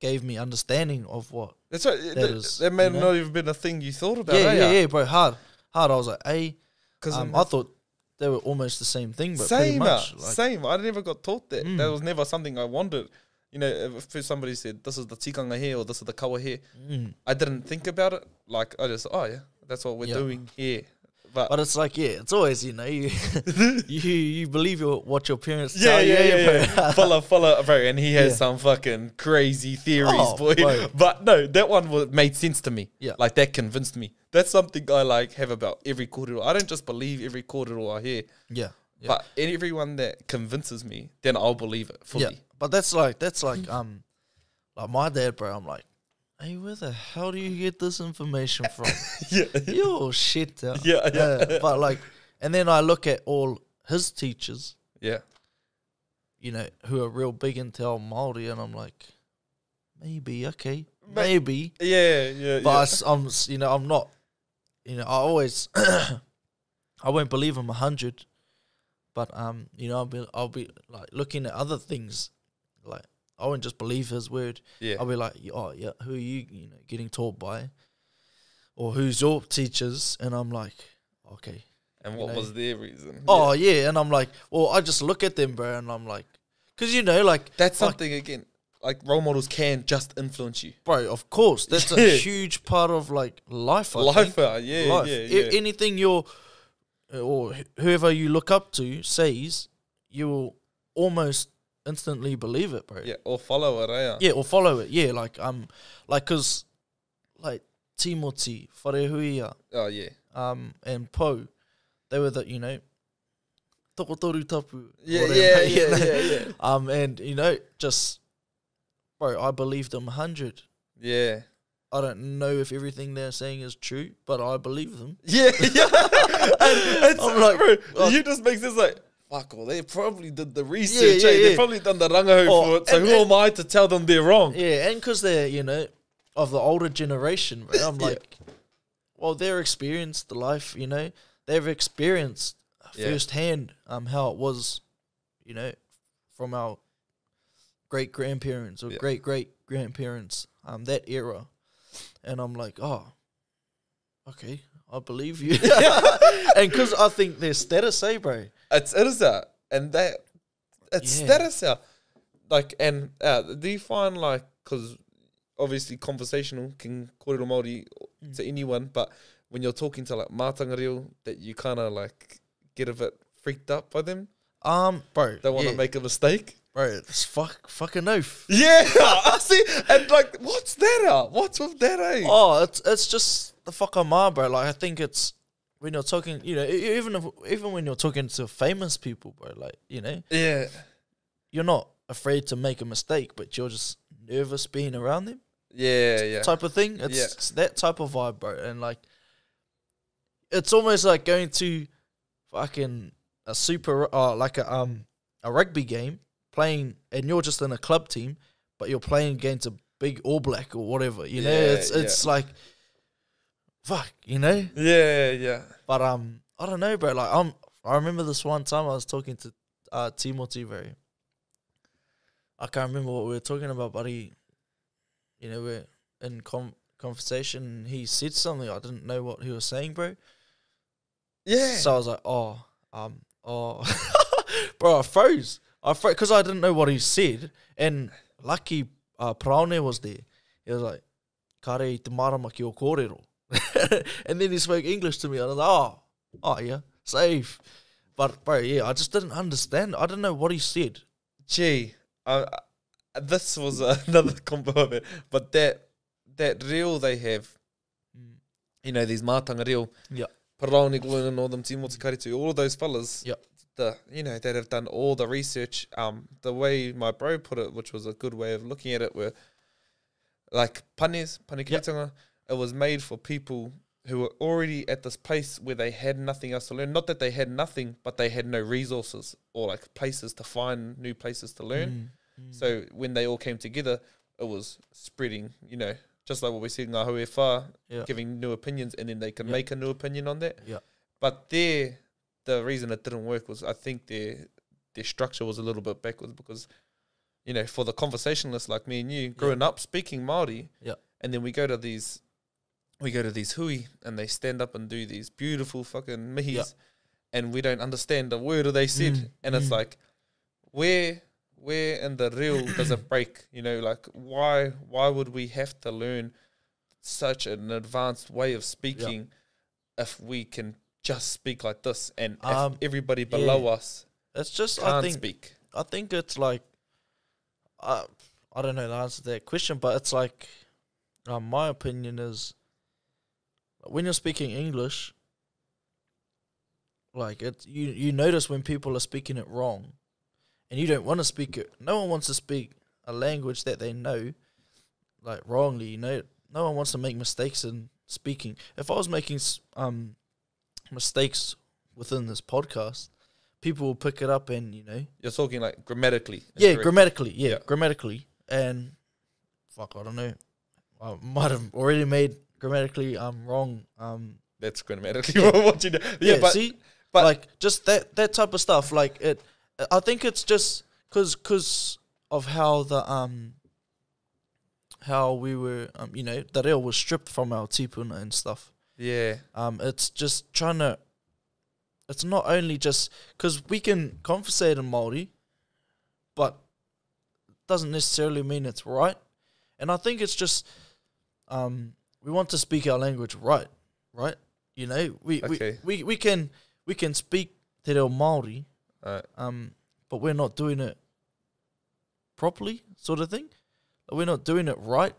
S4: gave me understanding of what.
S2: That's right. That,
S4: is,
S2: that may
S4: you know.
S2: not even been a thing you thought about.
S4: yeah,
S2: eh,
S4: yeah,
S2: yeah?
S4: yeah, bro. Hard, hard. I was like, hey,
S2: 'Cause
S4: um,
S2: in-
S4: I thought they were almost the same thing, but pretty
S2: same,
S4: much.
S2: uh,
S4: Like,
S2: same. I never got taught that. That
S4: Mm.
S2: was never something I wondered. You know, if if somebody said this is the tikanga here or this is the kawa here,
S4: mm.
S2: I didn't think about it. Like I just, oh yeah, that's what we're
S4: Yeah.
S2: doing here. But,
S4: But it's like, yeah, it's always you know you you, you believe your, what your parents
S2: yeah,
S4: tell you,
S2: yeah, yeah,
S4: bro.
S2: yeah. Fuller, fuller, bro, and he has
S4: Yeah.
S2: some fucking crazy theories,
S4: Oh,
S2: boy.
S4: bro.
S2: But no, that one was, made sense to me.
S4: Yeah.
S2: like that convinced me. That's something I like have about every corridor. I don't just believe every corridor I hear,
S4: yeah, yeah.
S2: but everyone that convinces me, then I'll believe it fully.
S4: Yeah, but that's like that's like um, like my dad, bro. I'm like, hey, where the hell do you get this information from?
S2: Yeah,
S4: Yo, shit. Yeah,
S2: Yeah, yeah.
S4: but like, and then I look at all his teachers,
S2: yeah,
S4: you know, who are real big into our Maori, and I'm like, maybe okay, maybe.
S2: yeah, yeah.
S4: But I s- I'm, s- you know, I'm not, you know, I always, I won't believe I'm a hundred, but um, you know, I'll be, I'll be like looking at other things, like I won't just believe his word.
S2: yeah,
S4: I'll be like, "Y- oh yeah, who are you, you know, getting taught by, or who's your teachers? And I'm like, okay,
S2: and what
S4: know.
S2: was their reason? Yeah.
S4: oh yeah, and I'm like, well, I just look at them, bro, and I'm like, because you know, like
S2: that's
S4: like,
S2: something again. Like role models can just influence you.
S4: bro. Of course, that's a
S2: Yeah.
S4: huge part of like life. I
S2: Life,
S4: think.
S2: uh, yeah,
S4: life.
S2: yeah,
S4: A-
S2: yeah.
S4: anything you're or wh- whoever you look up to says, you will almost instantly believe it, bro.
S2: yeah, or follow it, eh?
S4: yeah, or follow it. Yeah, like um, like because like Timothy, Wharehuia,
S2: Oh yeah.
S4: um, and Poe, they were the you know, Tokotoru Tapu.
S2: Yeah,
S4: whatever,
S2: yeah,
S4: you
S2: yeah,
S4: know.
S2: yeah, yeah.
S4: Um, and you know, just bro, I believe them hundred.
S2: Yeah.
S4: I don't know if everything they're saying is true, but I believe them.
S2: Yeah, yeah. and, and
S4: I'm like,
S2: bro,
S4: oh.
S2: you just make sense like, fuck, well, they probably did the research.
S4: yeah,
S2: eh?
S4: yeah.
S2: They've probably done the rangahu
S4: Oh,
S2: for it. So
S4: and-
S2: who
S4: and-
S2: am I to tell them they're wrong?
S4: Yeah, and because they're you know of the older generation, bro, I'm
S2: Yeah.
S4: like, well, they're experienced the life, you know, they've experienced
S2: Yeah.
S4: firsthand um how it was, you know, from our great grandparents or
S2: Yeah.
S4: great great grandparents, um that era, and I'm like, oh, okay, I believe you, and because I think their status, eh, bro,
S2: It's it is that. And that it's
S4: Yeah.
S2: status that is that. Like and uh, do you find like cause obviously conversational can kōrero Māori
S4: Mm.
S2: to anyone, but when you're talking to like mātanga reo that you kinda like get a bit freaked up by them.
S4: um, bro,
S2: They wanna
S4: yeah,
S2: make a mistake.
S4: bro, it's fuck fucking oaf.
S2: Yeah, I see. And like, what's that? Uh? What's with that? Eh?
S4: Oh, it's it's just the fuck I'm on, bro. Like I think it's when you're talking, you know, e- even if, even when you're talking to famous people, bro. Like you know,
S2: Yeah,
S4: you're not afraid to make a mistake, but you're just nervous being around them,
S2: yeah, yeah.
S4: type of thing. It's,
S2: Yeah.
S4: it's that type of vibe, bro. And like, it's almost like going to fucking a super, uh, like a um a rugby game playing, and you're just in a club team, but you're playing against a big All Black or whatever. You know,
S2: Yeah,
S4: it's it's like. Fuck, you know,
S2: yeah, yeah.
S4: But um, I don't know, bro. Like I'm, I remember this one time I was talking to uh Timothy, bro. I can't remember what we were talking about, but he, you know, we're in com- conversation. And he said something I didn't know what he was saying, bro.
S2: Yeah.
S4: So I was like, oh, um, oh, bro, I froze. I froze because I didn't know what he said. And lucky uh, Praone was there. He was like, kare i te marama ki o kōrero. and then he spoke English to me. I was like, oh, oh yeah, safe. But bro, yeah, I just didn't understand. I didn't know what he said.
S2: Gee, I, I, this was another combo of it. But that that reel they have, you know, these mātanga reel,
S4: Yeah,
S2: Parani Glun and all them Timo Kariti, all of those fellas,
S4: yeah,
S2: the you know that have done all the research. Um, the way my bro put it, which was a good way of looking at it, were like panes, panekiritanga. It was made for people who were already at this place where they had nothing else to learn. Not that they had nothing, but they had no resources or like places to find new places to learn. So when they all came together, it was spreading. You know, just like what we said in Ngahoe Wha,
S4: Yeah.
S2: giving new opinions, and then they can make a new opinion on that.
S4: yeah,
S2: But there, the reason it didn't work was I think their their structure was a little bit backwards because, you know, for the conversationalists like me and you, growing up speaking Maori,
S4: yeah,
S2: and then we go to these, we go to these hui, and they stand up and do these beautiful fucking mihis,
S4: Yeah. Mm,
S2: and we don't understand a word of they said, and it's like, where where in the real does it break? You know, like why why would we have to learn such an advanced way of speaking if we can just speak like this and
S4: Um,
S2: if everybody below us
S4: it's just I
S2: can't
S4: think
S2: speak?
S4: I think it's like, I I don't know the answer to that question, but it's like, uh, my opinion is, when you're speaking English, like it, you you notice when people are speaking it wrong, and you don't want to speak it. No one wants to speak a language that they know, like wrongly. You know, no one wants to make mistakes in speaking. If I was making s- um mistakes within this podcast, people will pick it up and you know
S2: You're talking like grammatically.
S4: yeah,
S2: incorrect.
S4: grammatically. Yeah,
S2: Yeah.
S4: grammatically. And fuck, I don't know. I might have already made grammatically um wrong. Um,
S2: That's grammatically what you do. Yeah,
S4: yeah,
S2: but
S4: see,
S2: but-
S4: like just that that type of stuff. Like it, I think it's just because cause of how the um how we were um you know the reo was stripped from our tipuna and stuff.
S2: yeah,
S4: Um, it's just trying to. It's not only just because we can conversate in Maori, but it doesn't necessarily mean it's right. And I think it's just um, we want to speak our language right, right? You know, we
S2: Okay.
S4: we, we, we can we can speak te reo Maori,
S2: Alright.
S4: um, but we're not doing it properly, sort of thing. We're not doing it right,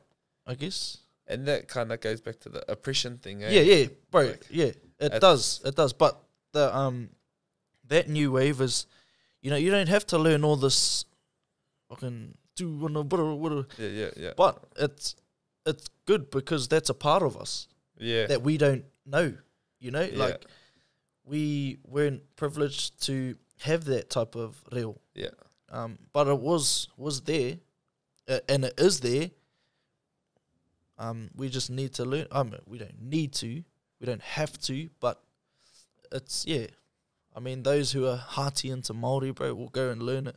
S4: I guess.
S2: and that kind of goes back to the oppression thing. Eh?
S4: Yeah, yeah, bro.
S2: Like,
S4: yeah, it
S2: it's-
S4: does. It does. But the um, that new wave is, you know, you don't have to learn all this, fucking do wanna- wanna- wanna-
S2: yeah, yeah, yeah.
S4: But it's it's good because that's a part of us
S2: yeah,
S4: that we don't know. You know,
S2: Yeah.
S4: like we weren't privileged to have that type of reel
S2: yeah,
S4: um, but it was was there, uh, and it is there. Um, we just need to learn. Um, we don't need to. We don't have to. But it's yeah. I mean, those who are hearty into Maori, bro, will go and learn it.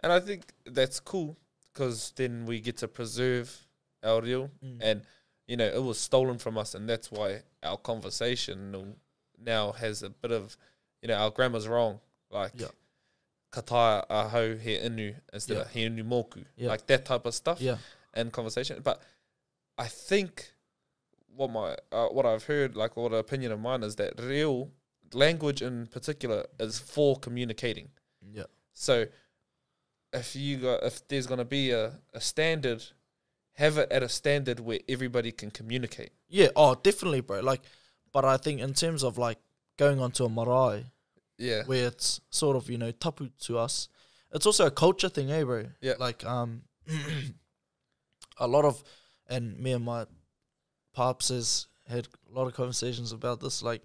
S2: and I think that's cool because then we get to preserve our reel,
S4: Mm.
S2: and you know it was stolen from us, and that's why our conversation now has a bit of, you know, our grammar's wrong, like.
S4: Yeah.
S2: Kataya aho he inu instead
S4: Yeah.
S2: of he inu moku,
S4: Yeah.
S2: like that type of stuff.
S4: Yeah,
S2: and conversation. But I think what my uh, what I've heard, like what the opinion of mine is that real language in particular is for communicating.
S4: yeah,
S2: So if you got if there's gonna be a, a standard, have it at a standard where everybody can communicate.
S4: yeah. Oh, definitely, bro. Like, but I think in terms of like going onto a marae,
S2: Yeah.
S4: where it's sort of you know tapu to us. It's also a culture thing, eh, bro?
S2: Yeah.
S4: Like um, a lot of, and me and my pops has had a lot of conversations about this. Like,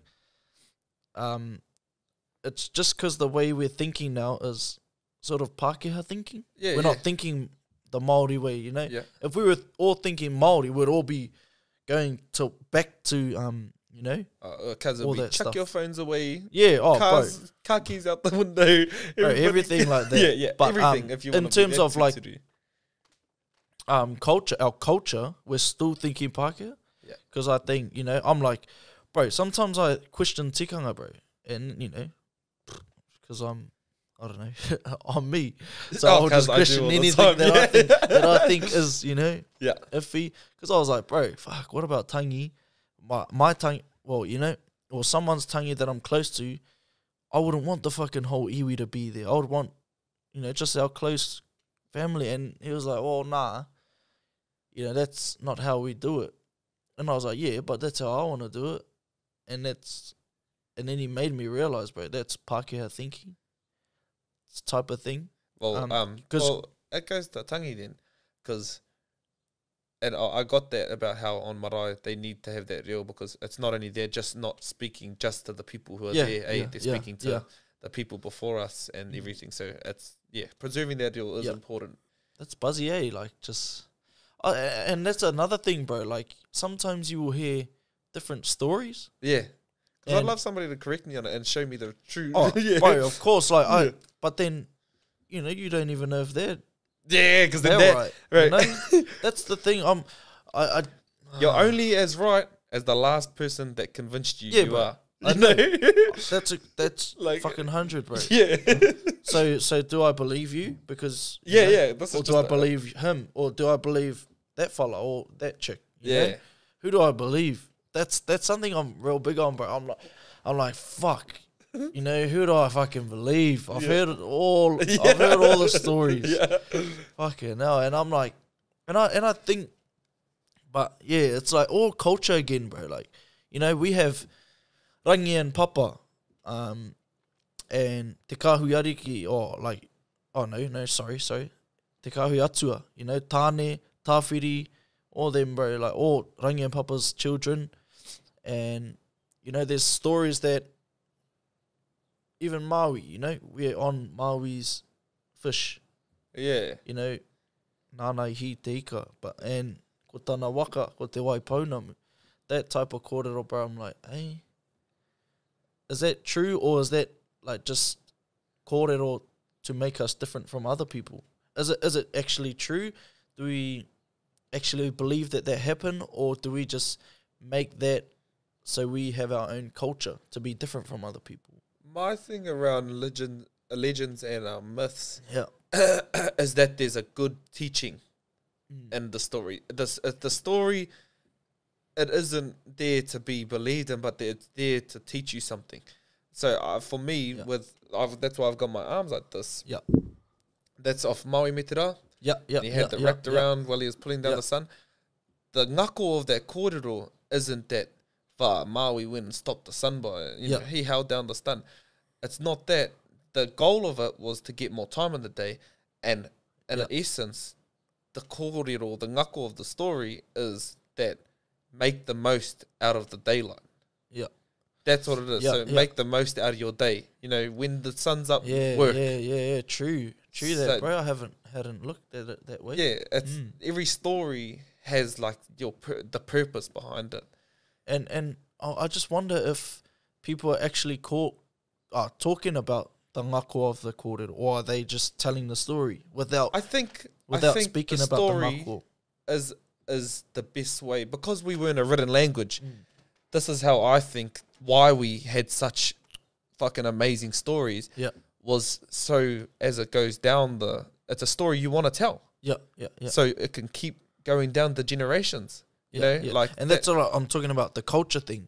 S4: um, it's just because the way we're thinking now is sort of Pākehā thinking.
S2: Yeah,
S4: we're
S2: yeah.
S4: not thinking the Maori way, you know.
S2: Yeah.
S4: If we were all thinking Maori, we'd all be going to back to um, you know,
S2: Uh, cause
S4: All
S2: we
S4: that
S2: chuck
S4: stuff.
S2: your phones away.
S4: yeah. Oh, bro.
S2: Cars, car keys out the window.
S4: Bro,
S2: everybody-
S4: everything like that.
S2: Yeah, yeah.
S4: But, um,
S2: everything. if you
S4: in
S2: wanna be
S4: terms
S2: that
S4: of, like,
S2: sensitive.
S4: um, culture, our culture, we're still thinking Pākehā.
S2: Yeah.
S4: Because I think you know, I'm like, bro. Sometimes I question tikanga, bro, and you know, because I'm, I don't know, I'm me, so
S2: Oh,
S4: I'll
S2: 'cause
S4: just
S2: I do
S4: question
S2: all the
S4: anything
S2: time,
S4: that, I
S2: yeah.
S4: think, that I think is you know,
S2: Yeah.
S4: iffy. Because I was like, bro, fuck, what about tangi? My my tangi, well, you know, or someone's tangi that I'm close to, I wouldn't want the fucking whole iwi to be there. I would want, you know, just our close family. And he was like, well, nah, you know, that's not how we do it. And I was like, yeah, but that's how I want to do it. And that's, and then he made me realize, bro, that's Pākehā thinking. It's type of thing.
S2: Well,
S4: Um,
S2: um,
S4: 'cause-
S2: well, it goes to tangi then, because, and I, I got that about how on Marae they need to have that reel because it's not only they're just not speaking just to the people who are
S4: Yeah,
S2: there, eh?
S4: yeah,
S2: they're
S4: yeah,
S2: speaking to
S4: yeah. Mm.
S2: the people before us and everything. So it's yeah, preserving that reel is
S4: Yeah.
S2: important.
S4: That's buzzy, eh? Like just, uh, and that's another thing, bro. Like sometimes you will hear different stories.
S2: Yeah, because I'd
S4: And-
S2: love somebody to correct me on it and show me the truth.
S4: Oh,
S2: yeah,
S4: bro, of course. Like, I, but then, you know, you don't even know if they're
S2: yeah, because
S4: they're
S2: then that,
S4: right.
S2: right.
S4: You know? that's the thing. I'm, I, I
S2: You're only as right as the last person that convinced you
S4: Yeah,
S2: you
S4: bro.
S2: are. I know.
S4: that's a, that's
S2: Like-
S4: fucking hundred, bro.
S2: yeah.
S4: So, so do I believe you? Because you
S2: Yeah,
S4: know,
S2: yeah, this is
S4: or do
S2: just uh,
S4: I
S2: a-
S4: believe him? Or do I believe that fella or that chick? you know?
S2: Yeah.
S4: Who do I believe? That's that's something I'm real big on, bro. I'm like, I'm like, fuck. You know, who do I fucking believe? I've heard it all. I've heard all the stories. Fucking hell. And I'm like, and I and I think, but yeah, it's like all culture again, bro. Like, you know, we have rangi and papa, um, and te kahuyariki, or like, oh no, no, sorry, sorry, te kahuyatua, you know, tane, tawhiri, all them, bro, like all rangi and papa's children, and you know, there's stories that even Maui, you know, we're on Maui's fish,
S2: Yeah.
S4: you know, nānai hi te ika, but and ko tana waka, ko te waipauna, that type of kōrero, bro, I'm like, hey, is that true or is that like just kōrero to make us different from other people? Is it is it actually true? Do we actually believe that that happened or do we just make that so we have our own culture to be different from other people?
S2: My thing around legend, uh, legends and uh, myths
S4: Yeah.
S2: is that there's a good teaching in the story. This uh, the story. It isn't there to be believed in, but it's there to teach you something. So uh, for me, with I've, that's why I've got my arms like this.
S4: Yeah.
S2: That's off Maui Mitira.
S4: Yeah. Yeah.
S2: and he had
S4: yeah,
S2: that
S4: yeah,
S2: wrapped
S4: yeah.
S2: around while he was pulling down
S4: Yeah.
S2: the sun. The knuckle of that corridor isn't that far. Maui went and stopped the sun by you know,
S4: Yeah.
S2: he held down the sun. It's not that. The goal of it was to get more time in the day and in essence, the corridor, the knuckle of the story is that make the most out of the daylight.
S4: Yeah.
S2: That's what it is.
S4: Yeah,
S2: so
S4: yeah.
S2: make the most out of your day. You know, when the sun's up,
S4: Yeah,
S2: work.
S4: yeah, yeah, yeah. True, true. That
S2: So-
S4: bro, I haven't hadn't looked at it that way.
S2: Yeah, it's
S4: Hmm.
S2: every story has like your pur- the purpose behind it.
S4: and and I I just wonder if people are actually caught are talking about the ngako of the kōrero, or are they just telling the story without
S2: I think
S4: without
S2: I think
S4: speaking
S2: the
S4: about
S2: story
S4: the ngako?
S2: is is the best way because we were in a written language.
S4: Hmm.
S2: This is how I think why we had such fucking amazing stories
S4: Yeah,
S2: was so as it goes down the it's a story you want to tell
S4: yeah, yeah, yeah.
S2: so it can keep going down the generations. You
S4: Yeah,
S2: know,
S4: yeah.
S2: like
S4: and
S2: that-
S4: that's all I'm talking about the culture thing.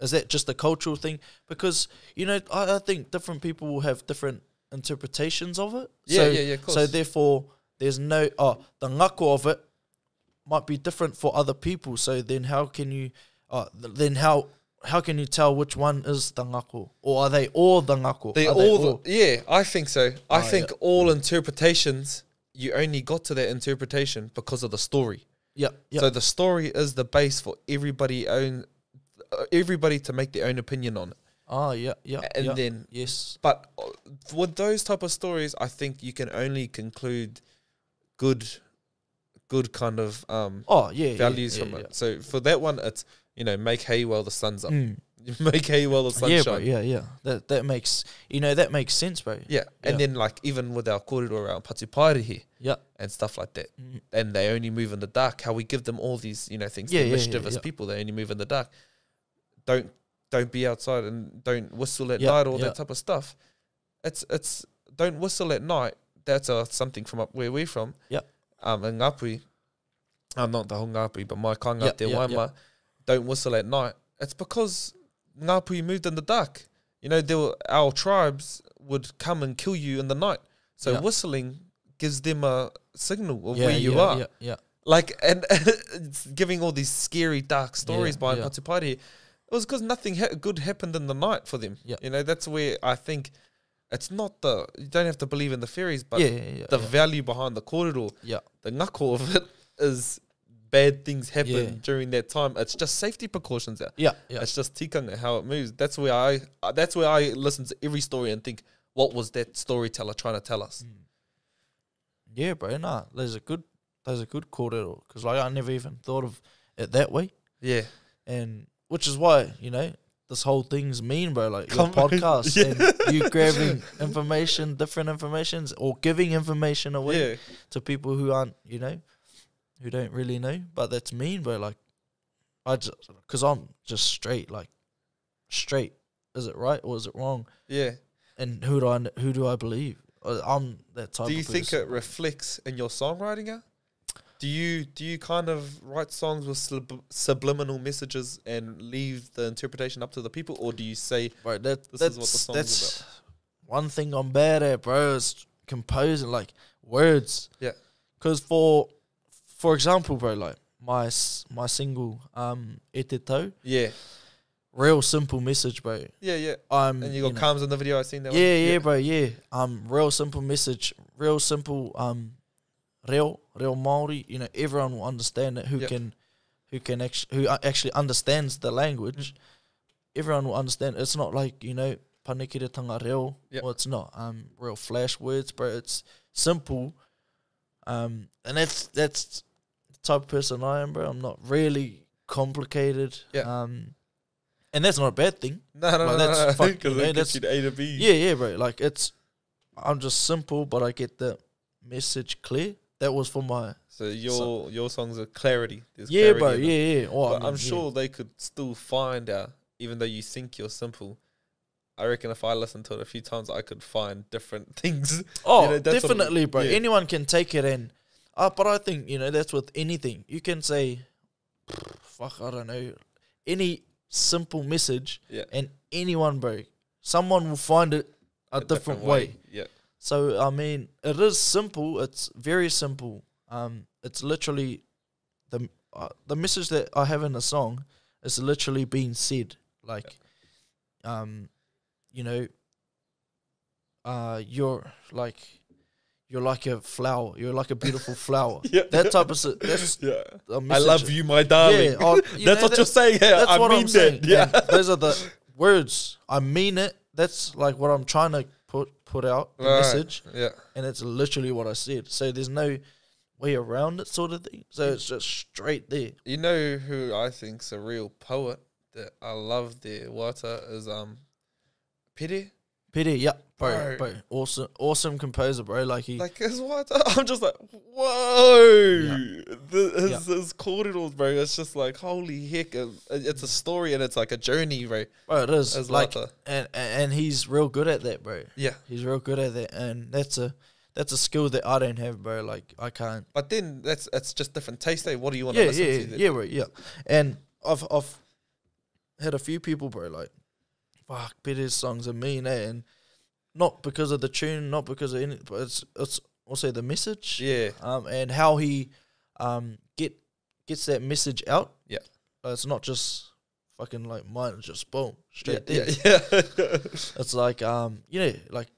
S4: Is that just a cultural thing? Because you know, I, I think different people will have different interpretations of it.
S2: Yeah,
S4: so,
S2: yeah, yeah, of
S4: So
S2: course.
S4: therefore, there's no oh the ngako of it might be different for other people. So then, how can you? Uh, th- then how how can you tell which one is the ngako, or are they all the ngako?
S2: They
S4: Are
S2: all, the, yeah, I think so. I
S4: Oh,
S2: think all interpretations you only got to that interpretation because of the story.
S4: yeah, yeah,
S2: So the story is the base for everybody own uh, everybody to make their own opinion on it.
S4: ah, yeah, yeah,
S2: and
S4: yeah.
S2: then-
S4: yes,
S2: But uh, with those type of stories, I think you can only conclude good, good kind of um,
S4: oh yeah, yeah,
S2: values
S4: yeah,
S2: from
S4: yeah.
S2: it. So for that one, it's you know make hay while the sun's up. make hay while the sun
S4: Hmm. yeah, bro.
S2: shines.
S4: Yeah, yeah. That that makes you know that makes sense, bro.
S2: Yeah. And
S4: Yeah.
S2: then like even with our kōrero around Patuparihi
S4: Yeah.
S2: and stuff like that.
S4: Mhm.
S2: And they only move in the dark. How we give them all these, you know, things.
S4: Yeah,
S2: Yeah,
S4: yeah, yeah,
S2: mischievous
S4: yeah.
S2: people, they only move in the dark. Don't don't be outside and don't whistle at
S4: Yeah,
S2: night, all
S4: yeah.
S2: that type of stuff. It's it's don't whistle at night. That's uh, something from up where we're from.
S4: Yeah.
S2: Um in Ngāpui. I'm not the whole Ngāpui, but my kanga
S4: Yeah,
S2: up there,
S4: yeah,
S2: Waima,
S4: yeah.
S2: don't whistle at night. It's because Ngāpui moved in the dark. You know, there were, our tribes would come and kill you in the night. So
S4: Yeah.
S2: whistling gives them a signal of
S4: yeah,
S2: where you
S4: yeah,
S2: are.
S4: Yeah, yeah.
S2: Like, and it's giving all these scary, dark stories
S4: Yeah,
S2: behind
S4: yeah.
S2: Patupari. It was because nothing ha- good happened in the night for them.
S4: Yeah.
S2: You know, that's where I think it's not the, you don't have to believe in the fairies, but
S4: yeah, yeah, yeah,
S2: the
S4: yeah.
S2: value behind the corridor,
S4: yeah.
S2: the knuckle of it is bad things happen
S4: Yeah.
S2: during that time. It's just safety precautions out.
S4: Yeah, yeah.
S2: It's just tikanga how it moves. That's where I uh, that's where I listen to every story and think, what was that storyteller trying to tell us?
S4: Hmm. Yeah, bro. Nah, there's a good, there's a good kōrero because like I never even thought of it that way,
S2: Yeah,
S4: and which is why you know this whole thing's mean, bro. Like your
S2: Come-
S4: podcast and you grabbing information, different informations, or giving information away
S2: yeah,
S4: to people who aren't, you know, who don't really know. But that's mean, bro. Like I just because I'm just straight, like straight. Is it right or is it wrong?
S2: yeah.
S4: And who do I kn- who do I believe? Uh, I'm that type.
S2: Do you
S4: of
S2: think
S4: person.
S2: it reflects in your songwriting? Al? Do you do you kind of write songs with slib- subliminal messages and leave the interpretation up to the people, or do you say
S4: Right, that,
S2: This
S4: that's
S2: is what the song's
S4: that's one thing I'm bad at, bro. Is composing like words.
S2: Yeah.
S4: Cause for for example, bro, like my s- my single um Eteto,
S2: yeah,
S4: real simple message, bro.
S2: yeah, yeah?
S4: I'm
S2: And you got
S4: Um, know-
S2: calms in the video. I seen that.
S4: yeah, yeah,
S2: one.
S4: bro, yeah. Um, real simple message, real simple um, real real Maori. You know, everyone will understand it. Who
S2: Yep.
S4: can, who can actually who uh, actually understands the language,
S2: Mm.
S4: everyone will understand. It's not like you know panikiritanga reo.
S2: Yep.
S4: Well, it's not um real flash words, bro. It's simple. Um, and that's that's the type of person I am, bro. I'm not really complicated.
S2: Yeah.
S4: Um, and that's not a bad thing.
S2: No, no, no,
S4: Like, that's
S2: no,
S4: fuck-
S2: because
S4: you know,
S2: it
S4: that's-
S2: gets you to A to B.
S4: Yeah, yeah, bro. Like it's, I'm just simple, but I get the message clear. That was for my
S2: So your your songs are clarity. There's
S4: yeah, bro.
S2: clarity in them.
S4: Yeah, yeah. Oh, I
S2: But
S4: mean,
S2: I'm
S4: yeah.
S2: sure they could still find out, even though you think you're simple. I reckon if I listen to it a few times, I could find different things.
S4: Oh,
S2: know, that's what-
S4: definitely, bro.
S2: yeah.
S4: Anyone can take it in. Uh, but I think you know that's with anything. You can say, "Fuck, I don't know," any simple message,
S2: Yeah.
S4: and anyone, bro, someone will find it a, different, way.
S2: Yeah.
S4: So I mean, it is simple. It's very simple. Um, it's literally the uh, the message that I have in the song is literally being said. Like, um, you know, uh, you're like you're like a flower. You're like a beautiful flower.
S2: Yeah.
S4: That type of s- that's
S2: Yeah.
S4: a
S2: I
S4: message.
S2: love you, my darling.
S4: Yeah, oh, you know,
S2: that's what you're saying here.
S4: That's
S2: I
S4: what
S2: mean
S4: I'm
S2: that.
S4: saying.
S2: Yeah.
S4: And those are the words. I mean it. That's like what I'm trying to put put out the
S2: Right.
S4: message
S2: Yeah.
S4: and it's literally what I said. So there's no way around it, sort of thing. So it's just straight there.
S2: You know who I think's a real poet that I love their water is um Pity.
S4: Pity, yeah, bro,
S2: Bro.
S4: bro, awesome, awesome composer, bro. Like he,
S2: Like his water, I'm just like, whoa!
S4: Yeah.
S2: The, his his corridors, bro. It's just like, holy heck! It, it's a story and it's like a journey, bro.
S4: bro, it is
S2: As
S4: like,
S2: Lata.
S4: and and and he's real good at that, bro.
S2: Yeah.
S4: He's real good at that, and that's a that's a skill that I don't have, bro. Like I can't.
S2: But then that's it's just different taste. Eh? What do you want to
S4: Yeah,
S2: listen
S4: yeah,
S2: to? then?
S4: yeah, bro, yeah. And I've I've had a few people, bro, like, fuck, Peter's songs are mean, eh? And not because of the tune, not because of any, but it's it's also the message.
S2: yeah,
S4: um, and how he um, get gets that message out.
S2: Yeah.
S4: Uh, it's not just fucking like mine. It's just boom
S2: yeah,
S4: straight there.
S2: yeah, yeah.
S4: It's like um, you know, like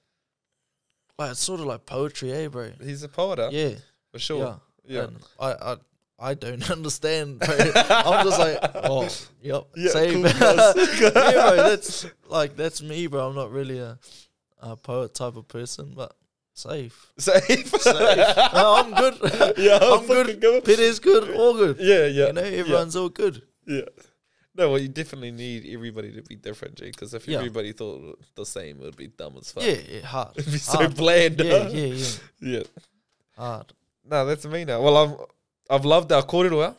S4: like it's sort of like poetry, eh, bro?
S2: He's a poet, huh?
S4: Yeah,
S2: for sure.
S4: yeah.
S2: Yeah,
S4: And I I I don't understand. Bro. I'm just like, oh, yep, same. yeah, bro. That's like that's me, bro. I'm not really a, a poet type of person, but safe.
S2: safe.
S4: no, I'm good.
S2: yeah,
S4: I'm
S2: fucking
S4: good. Pit is good. All good.
S2: Yeah, yeah,
S4: You know, everyone's all good.
S2: yeah. No, well, you definitely need everybody to be different, G. Because if
S4: Yeah.
S2: everybody thought the same, it would be dumb as fuck.
S4: Yeah, yeah, hard.
S2: It'd be so
S4: hard.
S2: bland.
S4: Yeah, yeah, yeah,
S2: yeah.
S4: hard.
S2: No, that's me now. Well, I'm, I've loved our eh? korero.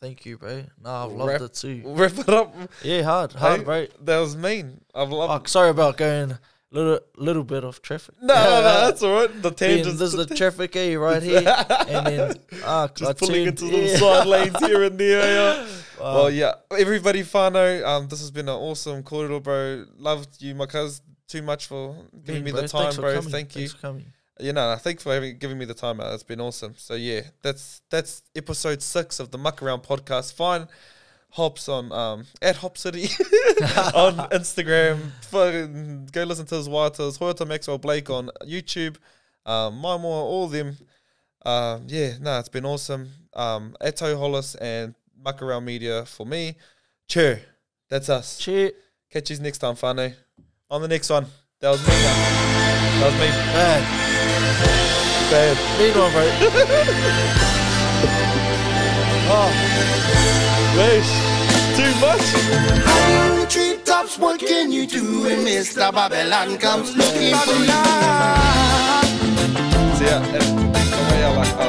S4: Thank you, bro. Nah, I've loved
S2: Rap-
S4: it too.
S2: Wrap it up.
S4: Yeah, hard, hard,
S2: Hey,
S4: bro.
S2: That was mean. I've loved.
S4: Fuck, sorry about going a little, little bit off traffic. Uh,
S2: No, no, no, that's all right. The
S4: Being,
S2: tangents.
S4: this is the traffic eh, right here, and then ah, I
S2: just pulling
S4: turned-
S2: into little
S4: yeah.
S2: side lanes here and there. Yeah. well, yeah. Everybody, Fano, um, this has been an awesome corridor, bro. Loved you, my cuz, too much for giving
S4: Yeah,
S2: me
S4: bro,
S2: the
S4: thanks
S2: time,
S4: for
S2: bro.
S4: coming,
S2: Thank you.
S4: Thanks for coming.
S2: You know, and thanks for having, giving me the time out. It's been awesome. So yeah, that's that's episode six of the Muck Around podcast. Find Hops on um at Hop City on Instagram. Fucking go listen to his Waitas, Hoyota Maxwell Blake on YouTube, um, Maimua, all them. Um, yeah, no, it's been awesome. Um, at Toe Hollis and Muck Around Media for me. Cheer. That's us.
S4: Cheer.
S2: Catch you next time, Fano. On the next one. That was me. man. That was me.
S4: Bad.
S2: Bad.
S4: Lean on, bro.
S2: Nice. Too much.
S3: High on the treetops, what can you do when Mr. Babylon comes looking for love?
S2: See ya. And the way I like.